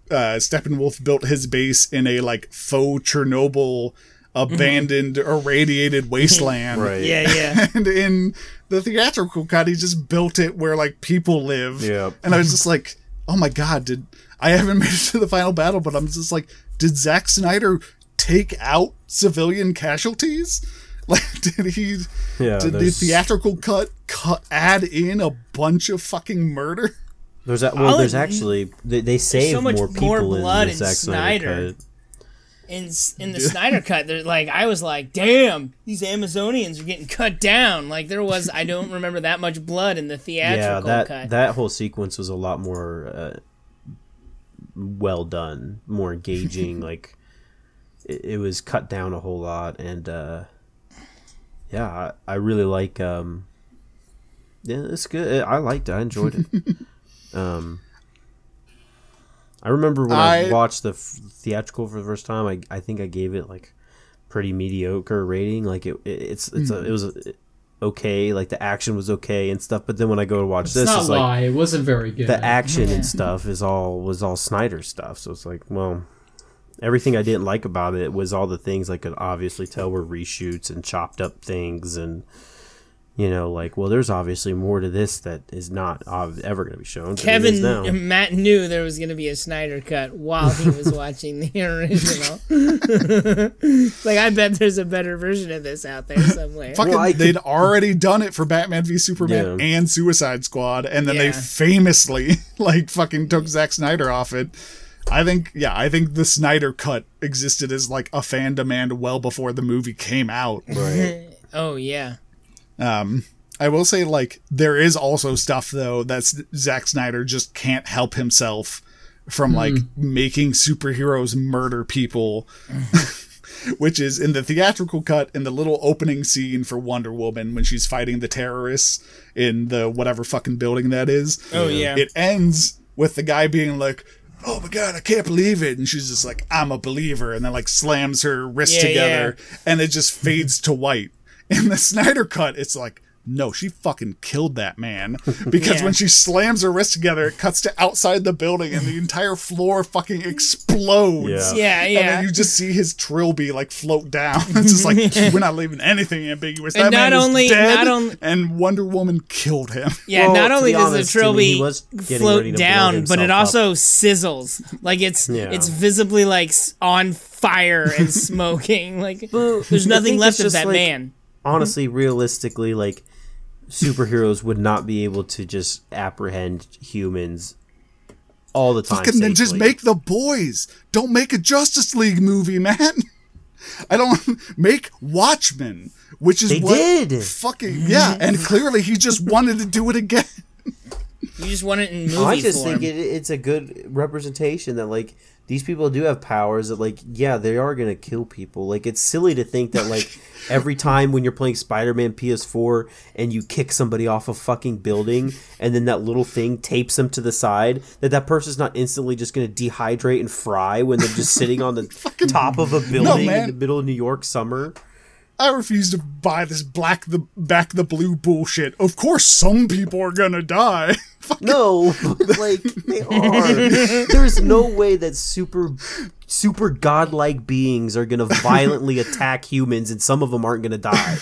Speaker 2: uh, Steppenwolf built his base in a like faux Chernobyl
Speaker 3: Mm-hmm.
Speaker 2: abandoned
Speaker 3: <laughs>
Speaker 2: irradiated wasteland.
Speaker 3: Right.
Speaker 1: Yeah, yeah.
Speaker 2: <laughs> and in the theatrical cut he just built it where like people live
Speaker 3: Yep.
Speaker 2: and i was just like oh my god did i haven't <laughs> made it to the final battle but i'm just like did Zack snyder take out civilian casualties <laughs> like did he
Speaker 3: Yeah,
Speaker 2: did the
Speaker 3: there's-
Speaker 2: theatrical cut, cut add in a bunch of fucking murder
Speaker 3: There's that. Well,
Speaker 1: I'll
Speaker 3: there's
Speaker 1: ad-
Speaker 3: actually they, they save
Speaker 1: Oh, much
Speaker 3: more
Speaker 1: more
Speaker 3: people
Speaker 1: blood
Speaker 3: in the
Speaker 1: in
Speaker 3: Zack Snyder.
Speaker 1: Snyder.
Speaker 3: cut.
Speaker 1: In s-
Speaker 3: <laughs>
Speaker 1: in the Snyder cut, they're like I was like, damn, these Amazonians are getting cut down. Like there was, I
Speaker 3: <laughs>
Speaker 1: don't remember that much blood in the
Speaker 3: Yeah,
Speaker 1: theatrical
Speaker 3: that
Speaker 1: cut.
Speaker 3: that whole sequence was a lot more uh, well done,
Speaker 1: <laughs>
Speaker 3: more engaging. like it, it was cut down a whole lot, and uh, yeah, I, I really like. Um, yeah, it's good. uh, I liked it. I enjoyed
Speaker 1: <laughs>
Speaker 3: it. um, I remember when I,
Speaker 2: I-
Speaker 3: watched the f- theatrical for the first time. I I think I gave it like pretty mediocre rating. Like it, it it's it's a, it was a, okay. Like the action was okay and stuff. But then when I go to watch
Speaker 4: It's
Speaker 3: this,
Speaker 4: not
Speaker 3: it's
Speaker 4: lie.
Speaker 3: like
Speaker 4: it wasn't very good.
Speaker 3: the action and stuff is all was all Snyder stuff. So it's like, well, everything I didn't like about it was all the things I could obviously tell were reshoots and chopped up things and. You know, like, well, there's obviously more to this that is not ob- ever going to be shown. but it
Speaker 1: Kevin
Speaker 3: is now.
Speaker 1: Matt knew there was going to be a Snyder cut while he was
Speaker 3: <laughs>
Speaker 1: watching the original. <laughs> like I bet there's a better version of this out there somewhere.
Speaker 2: fucking
Speaker 3: I
Speaker 2: they'd already done it for batman v superman
Speaker 3: Yeah.
Speaker 2: and suicide squad and then they
Speaker 1: Yeah.
Speaker 2: <laughs> famously like fucking took Zack snyder off it I think yeah, I think the Snyder cut existed as like a fan demand well before the movie came out.
Speaker 3: Right.
Speaker 1: Oh yeah.
Speaker 2: Um, I will say, like, there is also stuff though that S- Zack Snyder just can't help himself from like making superheroes murder people, <laughs> which is in the theatrical cut in the little opening scene for Wonder Woman when she's fighting the terrorists in the whatever fucking building that is.
Speaker 1: Oh yeah.
Speaker 2: It ends with the guy being like. Oh my god, I can't believe it. And she's just like, I'm a believer. And then, like, slams her wrist
Speaker 1: Yeah,
Speaker 2: together and it just fades to white. In the Snyder cut, it's like, no, she fucking killed that man. Because
Speaker 1: Yeah.
Speaker 2: when she slams her wrist together, it cuts to outside the building and the entire floor fucking explodes.
Speaker 3: Yeah.
Speaker 1: yeah, yeah.
Speaker 2: And then you just see his trilby like float down. <laughs> It's just like
Speaker 1: <laughs>
Speaker 2: we're not leaving anything ambiguous.
Speaker 1: And
Speaker 2: that man
Speaker 1: not
Speaker 2: is
Speaker 1: only-
Speaker 2: dead,
Speaker 1: not only-
Speaker 2: and Wonder Woman killed him.
Speaker 1: Yeah,
Speaker 3: Well,
Speaker 1: not
Speaker 3: to
Speaker 1: only
Speaker 3: be
Speaker 1: does
Speaker 3: honest,
Speaker 1: the
Speaker 3: I mean, he
Speaker 1: trilby
Speaker 3: was getting ready
Speaker 1: float
Speaker 3: to blow
Speaker 1: down, but
Speaker 3: himself
Speaker 1: it
Speaker 3: up.
Speaker 1: also sizzles. Like it's
Speaker 3: Yeah.
Speaker 1: it's visibly like s- on fire and
Speaker 3: <laughs>
Speaker 1: smoking. Like there's nothing
Speaker 3: it's
Speaker 1: left of
Speaker 3: just
Speaker 1: that
Speaker 3: like-
Speaker 1: man.
Speaker 3: honestly, realistically, like superheroes would not be able to just apprehend humans all the time.
Speaker 2: Fucking then just
Speaker 3: safely.
Speaker 2: make the boys. Don't make a Justice League movie, <laughs> man. I don't <laughs> make Watchmen, which is
Speaker 3: They
Speaker 2: what
Speaker 3: did.
Speaker 2: fucking
Speaker 3: <laughs>
Speaker 2: yeah. And clearly, he just wanted to do it again.
Speaker 1: You just want it in movie
Speaker 3: I just
Speaker 1: form.
Speaker 3: think it, it's a good representation that like these people do have powers that like yeah they are gonna kill people. Like it's silly to think that like every time when you're playing Spider-Man PS4 and you kick somebody off a fucking building and then that little thing tapes them to the side that that person's not instantly just gonna dehydrate and fry when they're just sitting on the top of a building in
Speaker 2: man.
Speaker 3: the middle of New York summer.
Speaker 2: I refuse to buy this black the back the blue bullshit. Of course, some people are gonna die. <laughs>
Speaker 3: <laughs> No, but, like they are. There's no way that super super godlike beings are going
Speaker 2: <laughs>
Speaker 3: to violently attack humans and some of them aren't going to die.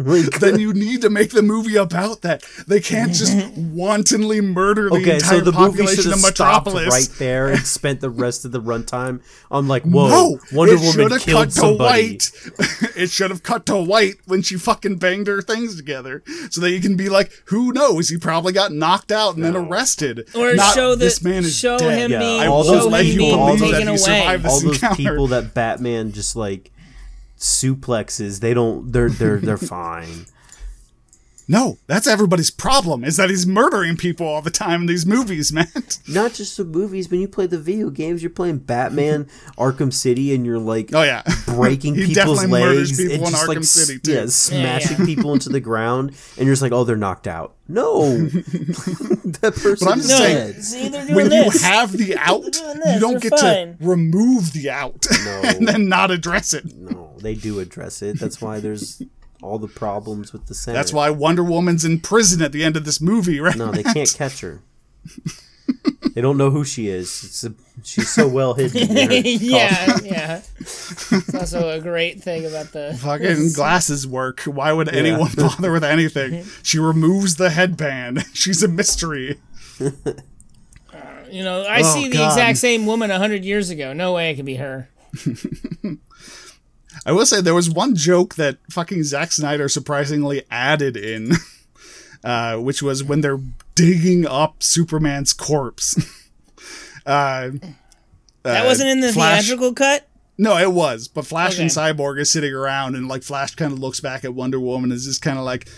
Speaker 3: Like
Speaker 2: then you need to make the movie about that. They can't
Speaker 3: <laughs>
Speaker 2: just wantonly murder the
Speaker 3: okay,
Speaker 2: entire
Speaker 3: so the movie should
Speaker 2: population
Speaker 3: have
Speaker 2: of
Speaker 3: stopped
Speaker 2: Metropolis.
Speaker 3: right there and spent the rest of the runtime on like, whoa,
Speaker 2: No,
Speaker 3: Wonder
Speaker 2: it should
Speaker 3: Woman
Speaker 2: have
Speaker 3: killed
Speaker 2: cut
Speaker 3: somebody.
Speaker 2: to white. <laughs> it should have cut to white when she fucking banged her things together, so that you can be like, who knows? He probably got knocked out and then arrested.
Speaker 1: Or
Speaker 2: Not,
Speaker 1: show the
Speaker 2: this man is
Speaker 1: show
Speaker 2: dead.
Speaker 1: him
Speaker 3: Yeah,
Speaker 1: being
Speaker 3: all
Speaker 1: show
Speaker 3: those
Speaker 1: him
Speaker 3: people-
Speaker 1: being
Speaker 3: all those
Speaker 1: taken
Speaker 2: that he survived
Speaker 1: away.
Speaker 2: this-
Speaker 3: all those
Speaker 2: encounter.
Speaker 3: people that Batman just like suplexes, they don't they're
Speaker 2: <laughs>
Speaker 3: they're they're fine.
Speaker 2: No, that's everybody's problem is that he's murdering people all the time in these movies, man.
Speaker 3: not just the movies. When you play the video games, you're
Speaker 2: <laughs>
Speaker 3: playing Batman, Arkham City, and you're like
Speaker 2: Oh yeah.
Speaker 3: breaking
Speaker 2: He
Speaker 3: people's
Speaker 2: definitely murders
Speaker 3: legs
Speaker 2: people
Speaker 3: and
Speaker 2: in
Speaker 3: just
Speaker 2: Arkham
Speaker 3: like s-
Speaker 2: City, too.
Speaker 3: yeah, smashing people into the ground, and you're just like, oh, they're knocked out. No,
Speaker 2: <laughs>
Speaker 3: that person.
Speaker 2: I'm
Speaker 3: is
Speaker 2: just
Speaker 1: <laughs>
Speaker 2: saying-
Speaker 3: dead.
Speaker 1: See, they're doing
Speaker 2: <laughs> When you <laughs>
Speaker 1: this.
Speaker 2: have the out,
Speaker 1: <laughs> doing this,
Speaker 2: you don't
Speaker 1: they're
Speaker 2: get
Speaker 1: fine.
Speaker 2: to remove the out <laughs> and
Speaker 3: No.
Speaker 2: then not address it.
Speaker 3: No, they do address it. That's why there's all the problems with the Senate.
Speaker 2: That's why Wonder Woman's in prison at the end of this movie, right?
Speaker 3: No, they can't catch her. They don't know who she is. It's a, she's so well
Speaker 2: <laughs>
Speaker 3: hidden. in her costume.
Speaker 1: <laughs> yeah, yeah. It's also a great thing about
Speaker 2: <laughs>
Speaker 1: the
Speaker 2: Fucking glasses work. Why would anyone bother with anything? She removes the headband. <laughs> She's a mystery.
Speaker 1: you know I
Speaker 2: Oh,
Speaker 1: see the
Speaker 2: God.
Speaker 1: exact same woman a hundred years ago. No way it could be her.
Speaker 2: I will say there was one joke that fucking Zack Snyder surprisingly added in, <laughs> uh, which was when they're digging up Superman's corpse. <laughs> uh,
Speaker 1: That wasn't in the
Speaker 2: Flash-
Speaker 1: theatrical cut.
Speaker 2: No, it was. But Flash and
Speaker 1: Okay.
Speaker 2: Cyborg is sitting around, and like Flash kind of looks back at Wonder Woman, and is just kind of like,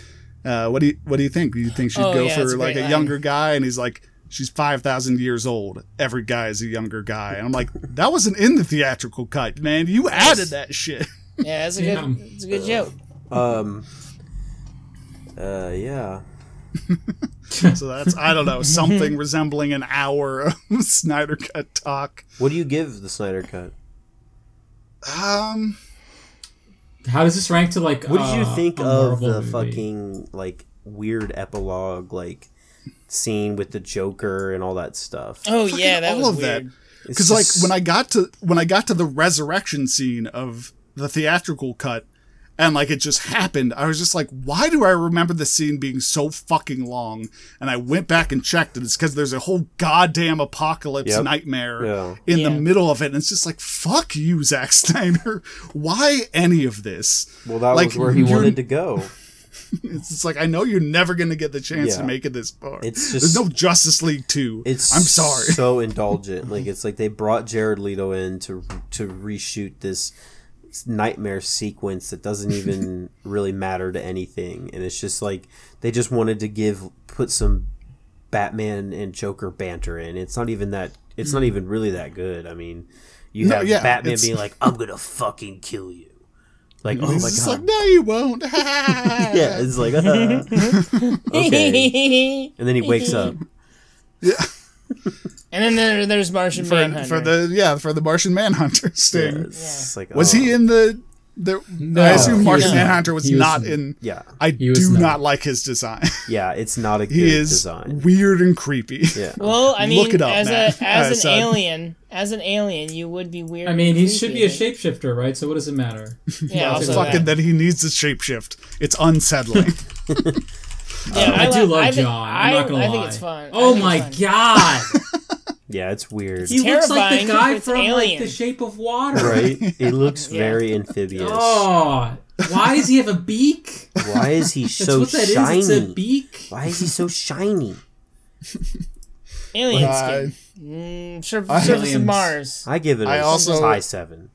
Speaker 2: uh, "What do you What do you think? Do you think she'd
Speaker 1: Oh,
Speaker 2: go
Speaker 1: yeah, it's
Speaker 2: for
Speaker 1: a
Speaker 2: like
Speaker 1: great
Speaker 2: a
Speaker 1: line.
Speaker 2: younger guy?" And he's like, "She's five thousand years old. Every guy is a younger guy." And I'm like, "That wasn't in the theatrical cut, man. You added that shit." <laughs>
Speaker 1: Yeah, that's a good.
Speaker 4: Yeah.
Speaker 1: It's a good joke.
Speaker 3: Um. Uh. Yeah.
Speaker 2: so that's I don't know something resembling an hour of <laughs> Snyder cut talk.
Speaker 3: What do you give the Snyder Cut?
Speaker 2: Um,
Speaker 4: How does this rank to like?
Speaker 3: What did you
Speaker 4: uh,
Speaker 3: think
Speaker 4: a
Speaker 3: of
Speaker 4: Marvel
Speaker 3: the
Speaker 4: movie?
Speaker 3: fucking like weird epilogue like scene with the Joker and all that stuff?
Speaker 1: Oh
Speaker 2: fucking
Speaker 1: yeah, that
Speaker 2: all
Speaker 1: was
Speaker 2: of
Speaker 1: weird.
Speaker 2: that. because
Speaker 3: just-
Speaker 2: Uh, like when I got to when I got to the resurrection scene of the theatrical cut, and like it just happened, I was just like, why do I remember the scene being so fucking long? And I went back and checked, and it's because there's a whole goddamn apocalypse
Speaker 3: Yep.
Speaker 2: nightmare
Speaker 3: Yeah.
Speaker 2: in the
Speaker 1: Yeah.
Speaker 2: middle of it, and it's just like, fuck you, Zack Snyder. <laughs> Why any of this?
Speaker 3: Well, that
Speaker 2: like,
Speaker 3: was where he
Speaker 2: you're-
Speaker 3: wanted to go.
Speaker 2: It's just like I know you're never gonna get the chance
Speaker 3: Yeah.
Speaker 2: to make it this far.
Speaker 3: It's
Speaker 2: There's
Speaker 3: just-
Speaker 2: no Justice League two.
Speaker 3: It's
Speaker 2: I'm sorry.
Speaker 3: so indulgent. Like it's like they brought Jared Leto in to to reshoot this nightmare sequence
Speaker 2: <laughs>
Speaker 3: that doesn't even really matter to anything, and it's just like they just wanted to give put some Batman and Joker banter in. It's not even that. It's not even really that good. I mean, you
Speaker 2: Mm-hmm. No,
Speaker 3: have
Speaker 2: yeah,
Speaker 3: Batman
Speaker 2: it's-
Speaker 3: being like, "I'm gonna fucking kill you." Like, <laughs> oh my
Speaker 2: It's just
Speaker 3: god.
Speaker 2: like no, you won't. <laughs>
Speaker 3: yeah, it's like, <laughs> uh, okay.
Speaker 1: <laughs>
Speaker 3: And then he wakes
Speaker 2: <laughs>
Speaker 3: up.
Speaker 1: and then there, there's Martian
Speaker 2: for,
Speaker 1: Manhunter.
Speaker 2: for the yeah for the Martian Manhunter <laughs>
Speaker 3: Yeah,
Speaker 2: sting.
Speaker 3: it's like,
Speaker 2: Was
Speaker 3: oh.
Speaker 2: he in the? the
Speaker 4: No,
Speaker 2: I assume
Speaker 4: he
Speaker 2: Martian
Speaker 4: was not.
Speaker 2: Manhunter was,
Speaker 4: He was
Speaker 2: not
Speaker 4: not.
Speaker 2: in.
Speaker 3: Yeah,
Speaker 2: I
Speaker 4: was
Speaker 2: do
Speaker 4: not.
Speaker 2: not like his design. <laughs>
Speaker 3: yeah. It's not a good
Speaker 2: he is
Speaker 3: design.
Speaker 2: weird and creepy. <laughs>
Speaker 3: Yeah.
Speaker 1: well, I mean,
Speaker 2: Look it up,
Speaker 1: as
Speaker 2: <laughs> man.
Speaker 1: a as
Speaker 2: Uh,
Speaker 1: an
Speaker 2: son.
Speaker 1: alien, as an alien, you would be weird.
Speaker 4: I mean,
Speaker 1: and
Speaker 4: he
Speaker 1: creepy,
Speaker 4: should be a
Speaker 1: I think.
Speaker 4: shapeshifter, right? So what does it matter? <laughs>
Speaker 1: Yeah, also
Speaker 2: Fucking
Speaker 1: that.
Speaker 2: that he needs to shapeshift. It's
Speaker 3: <laughs>
Speaker 2: unsettling.
Speaker 1: Yeah,
Speaker 4: I, do
Speaker 1: li-
Speaker 4: love
Speaker 1: I think-
Speaker 4: John. I'm not gonna
Speaker 1: I,
Speaker 4: lie.
Speaker 1: I think it's fun. I
Speaker 4: Oh
Speaker 1: think it's
Speaker 4: my
Speaker 1: fun. <laughs>
Speaker 4: god,
Speaker 3: Yeah, it's weird.
Speaker 4: he looks like
Speaker 1: terrifying.
Speaker 4: the guy
Speaker 1: It's
Speaker 4: from like
Speaker 1: alien.
Speaker 4: The Shape of Water.
Speaker 3: right? He looks very amphibious.
Speaker 4: Oh, why does he have a beak? That's
Speaker 3: Why is he so
Speaker 4: what that is.
Speaker 3: shiny?
Speaker 4: It's a beak.
Speaker 3: Why is he so shiny?
Speaker 1: Alien
Speaker 2: Uh,
Speaker 1: skin. Mm, sur-
Speaker 2: I-
Speaker 1: surface of
Speaker 4: Aliens.
Speaker 1: Mars.
Speaker 3: I give it a
Speaker 2: I also-
Speaker 3: high seven.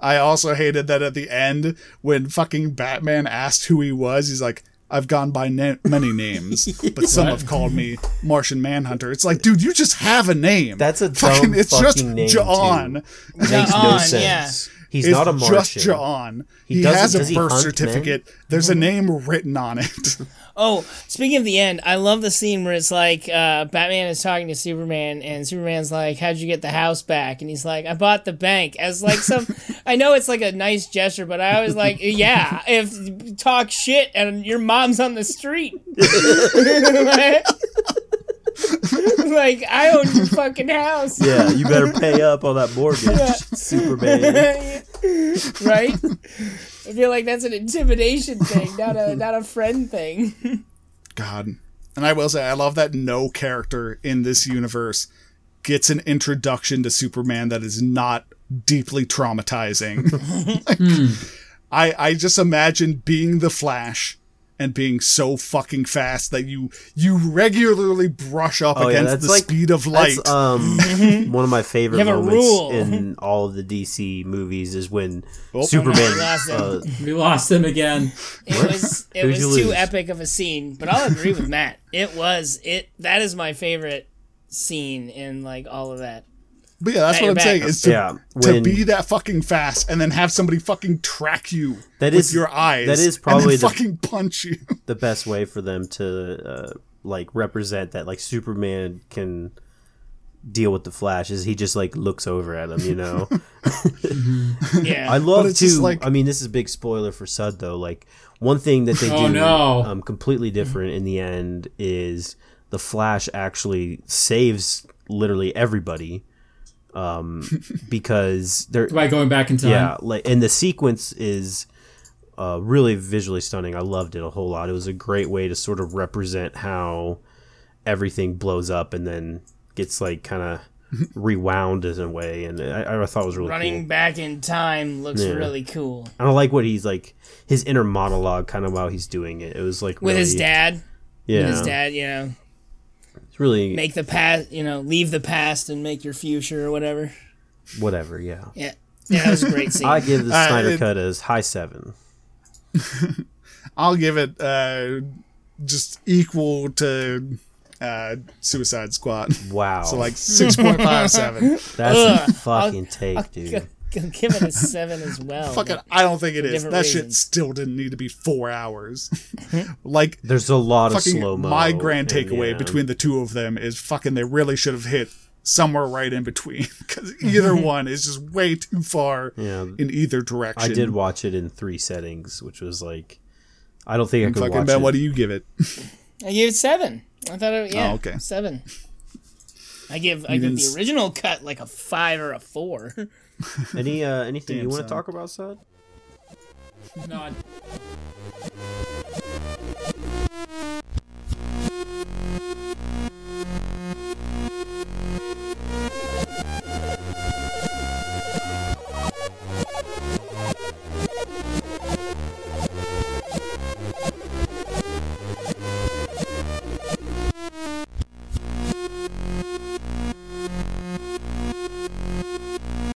Speaker 2: I also hated that at the end when fucking Batman asked who he was, he's like, I've gone by na- many
Speaker 3: <laughs>
Speaker 2: names, but some have called me Martian Manhunter. It's like, dude, you just have a name.
Speaker 3: That's a dumb
Speaker 2: It's just
Speaker 3: fucking name,
Speaker 2: John.
Speaker 3: too. It makes no
Speaker 1: John,
Speaker 3: sense. He's
Speaker 2: It's
Speaker 3: not a Martian.
Speaker 2: just John. He,
Speaker 3: doesn't-
Speaker 2: has a
Speaker 3: does he
Speaker 2: birth
Speaker 3: hunt men? Mm-hmm.
Speaker 2: certificate. There's a name written on
Speaker 3: <laughs>
Speaker 2: it.
Speaker 1: Oh, speaking of the end, I love the scene where it's like uh, Batman is talking to Superman, and Superman's like, "How'd you get the house back?" And he's like, "I bought the bank." As like some, I know it's like a nice gesture, but I always like, yeah, if talk shit and your mom's on the street, <laughs> like, I own your fucking house,
Speaker 3: Yeah, you better pay up on that
Speaker 2: <laughs>
Speaker 3: mortgage, Superman.
Speaker 1: <laughs> right? I feel like that's an intimidation thing, not a not a friend thing.
Speaker 2: God. And I will say, I love that no character in this universe gets an introduction to Superman that is not deeply
Speaker 3: <laughs>
Speaker 2: traumatizing. Like,
Speaker 3: Hmm.
Speaker 2: I, I just imagine being the Flash and being so fucking fast that you you regularly brush up
Speaker 3: Oh, yeah,
Speaker 2: against
Speaker 3: that's
Speaker 2: the
Speaker 3: like-
Speaker 2: speed of light. Mm-hmm.
Speaker 3: That's um one of my favorite
Speaker 1: You have a
Speaker 3: moments
Speaker 1: rule.
Speaker 3: in all of the DC movies is when
Speaker 2: Oh,
Speaker 3: Superman
Speaker 1: we lost him.
Speaker 3: uh,
Speaker 4: We lost him again.
Speaker 1: It
Speaker 3: <laughs>
Speaker 1: was it
Speaker 3: Who'd
Speaker 1: was
Speaker 3: you
Speaker 1: too
Speaker 3: lose?
Speaker 1: epic of a scene, but I'll agree with Matt. It was it that is my favorite scene in like all of that.
Speaker 2: but yeah, that's
Speaker 1: Now
Speaker 2: what I'm
Speaker 1: you're
Speaker 2: saying.
Speaker 1: back.
Speaker 2: Is to,
Speaker 3: Yeah,
Speaker 2: to
Speaker 3: when-
Speaker 2: be that fucking fast and then have somebody fucking track you
Speaker 3: That
Speaker 2: with
Speaker 3: is-
Speaker 2: your eyes.
Speaker 3: that is probably
Speaker 2: and
Speaker 3: the-
Speaker 2: then fucking punch you. <laughs>
Speaker 3: the best way for them to uh, like represent that like Superman can deal with the Flash is he just like looks over at him, you
Speaker 2: <laughs>
Speaker 3: know.
Speaker 1: Yeah.
Speaker 3: <laughs> I love
Speaker 2: it's just
Speaker 3: to.
Speaker 2: like-
Speaker 3: I mean, this is a big spoiler for Sud though. Like one thing that they
Speaker 4: Oh,
Speaker 3: do
Speaker 4: no.
Speaker 3: um, completely different in the end is the Flash actually saves literally everybody um, because
Speaker 4: <laughs>
Speaker 3: they're
Speaker 4: By going back in time.
Speaker 3: yeah, like and the sequence is uh, really visually stunning. I loved it a whole lot. It was a great way to sort of represent how everything blows up and then gets like
Speaker 2: <laughs>
Speaker 3: kind of rewound in a way. And I, I thought it was really
Speaker 1: Running
Speaker 3: cool.
Speaker 1: back in time looks really cool.
Speaker 3: And I like what he's like his inner monologue, kind of while he's doing it. It was like
Speaker 1: With
Speaker 3: really,
Speaker 1: his dad.
Speaker 3: Yeah,
Speaker 1: His dad, you know,
Speaker 3: It's really
Speaker 1: make the past you know, leave the past and make your future or whatever.
Speaker 3: whatever. Yeah,
Speaker 1: Yeah. Yeah, that was a
Speaker 3: <laughs>
Speaker 1: great scene.
Speaker 3: I give the
Speaker 2: Uh,
Speaker 3: Snyder
Speaker 2: it-
Speaker 3: cut as high seven.
Speaker 2: I'll give it uh, just equal to uh, Suicide Squad. <laughs>
Speaker 3: Wow,
Speaker 2: So like six point five seven.
Speaker 3: <laughs> that's
Speaker 1: Ugh,
Speaker 3: a fucking take, dude.
Speaker 1: G- g- <laughs> give it a seven as well.
Speaker 2: Fucking, I don't think it is.
Speaker 1: Different
Speaker 2: That shit
Speaker 1: reasons.
Speaker 2: still didn't need to be
Speaker 1: <laughs>
Speaker 2: four hours. <laughs> like
Speaker 3: There's a lot of slow
Speaker 2: fucking,
Speaker 3: mo.
Speaker 2: my grand takeaway between the two of them is fucking. They really should have hit somewhere right in between <laughs> because
Speaker 3: <laughs>
Speaker 2: either one is just way too far
Speaker 3: Yeah.
Speaker 2: in either direction.
Speaker 3: I did watch it in three settings, which was like, I don't think I could
Speaker 2: Fucking
Speaker 3: watch
Speaker 2: Ben,
Speaker 3: it.
Speaker 2: what do you give it?
Speaker 1: I gave it seven. I thought it yeah,
Speaker 2: Oh, okay.
Speaker 1: seven. I give I
Speaker 2: You
Speaker 1: give
Speaker 2: didn't
Speaker 1: the
Speaker 2: s-
Speaker 1: original cut like a five or a four. <laughs>
Speaker 3: Any uh, anything
Speaker 2: Damn
Speaker 3: you want
Speaker 2: son.
Speaker 3: to talk about, Sud?
Speaker 4: No, I-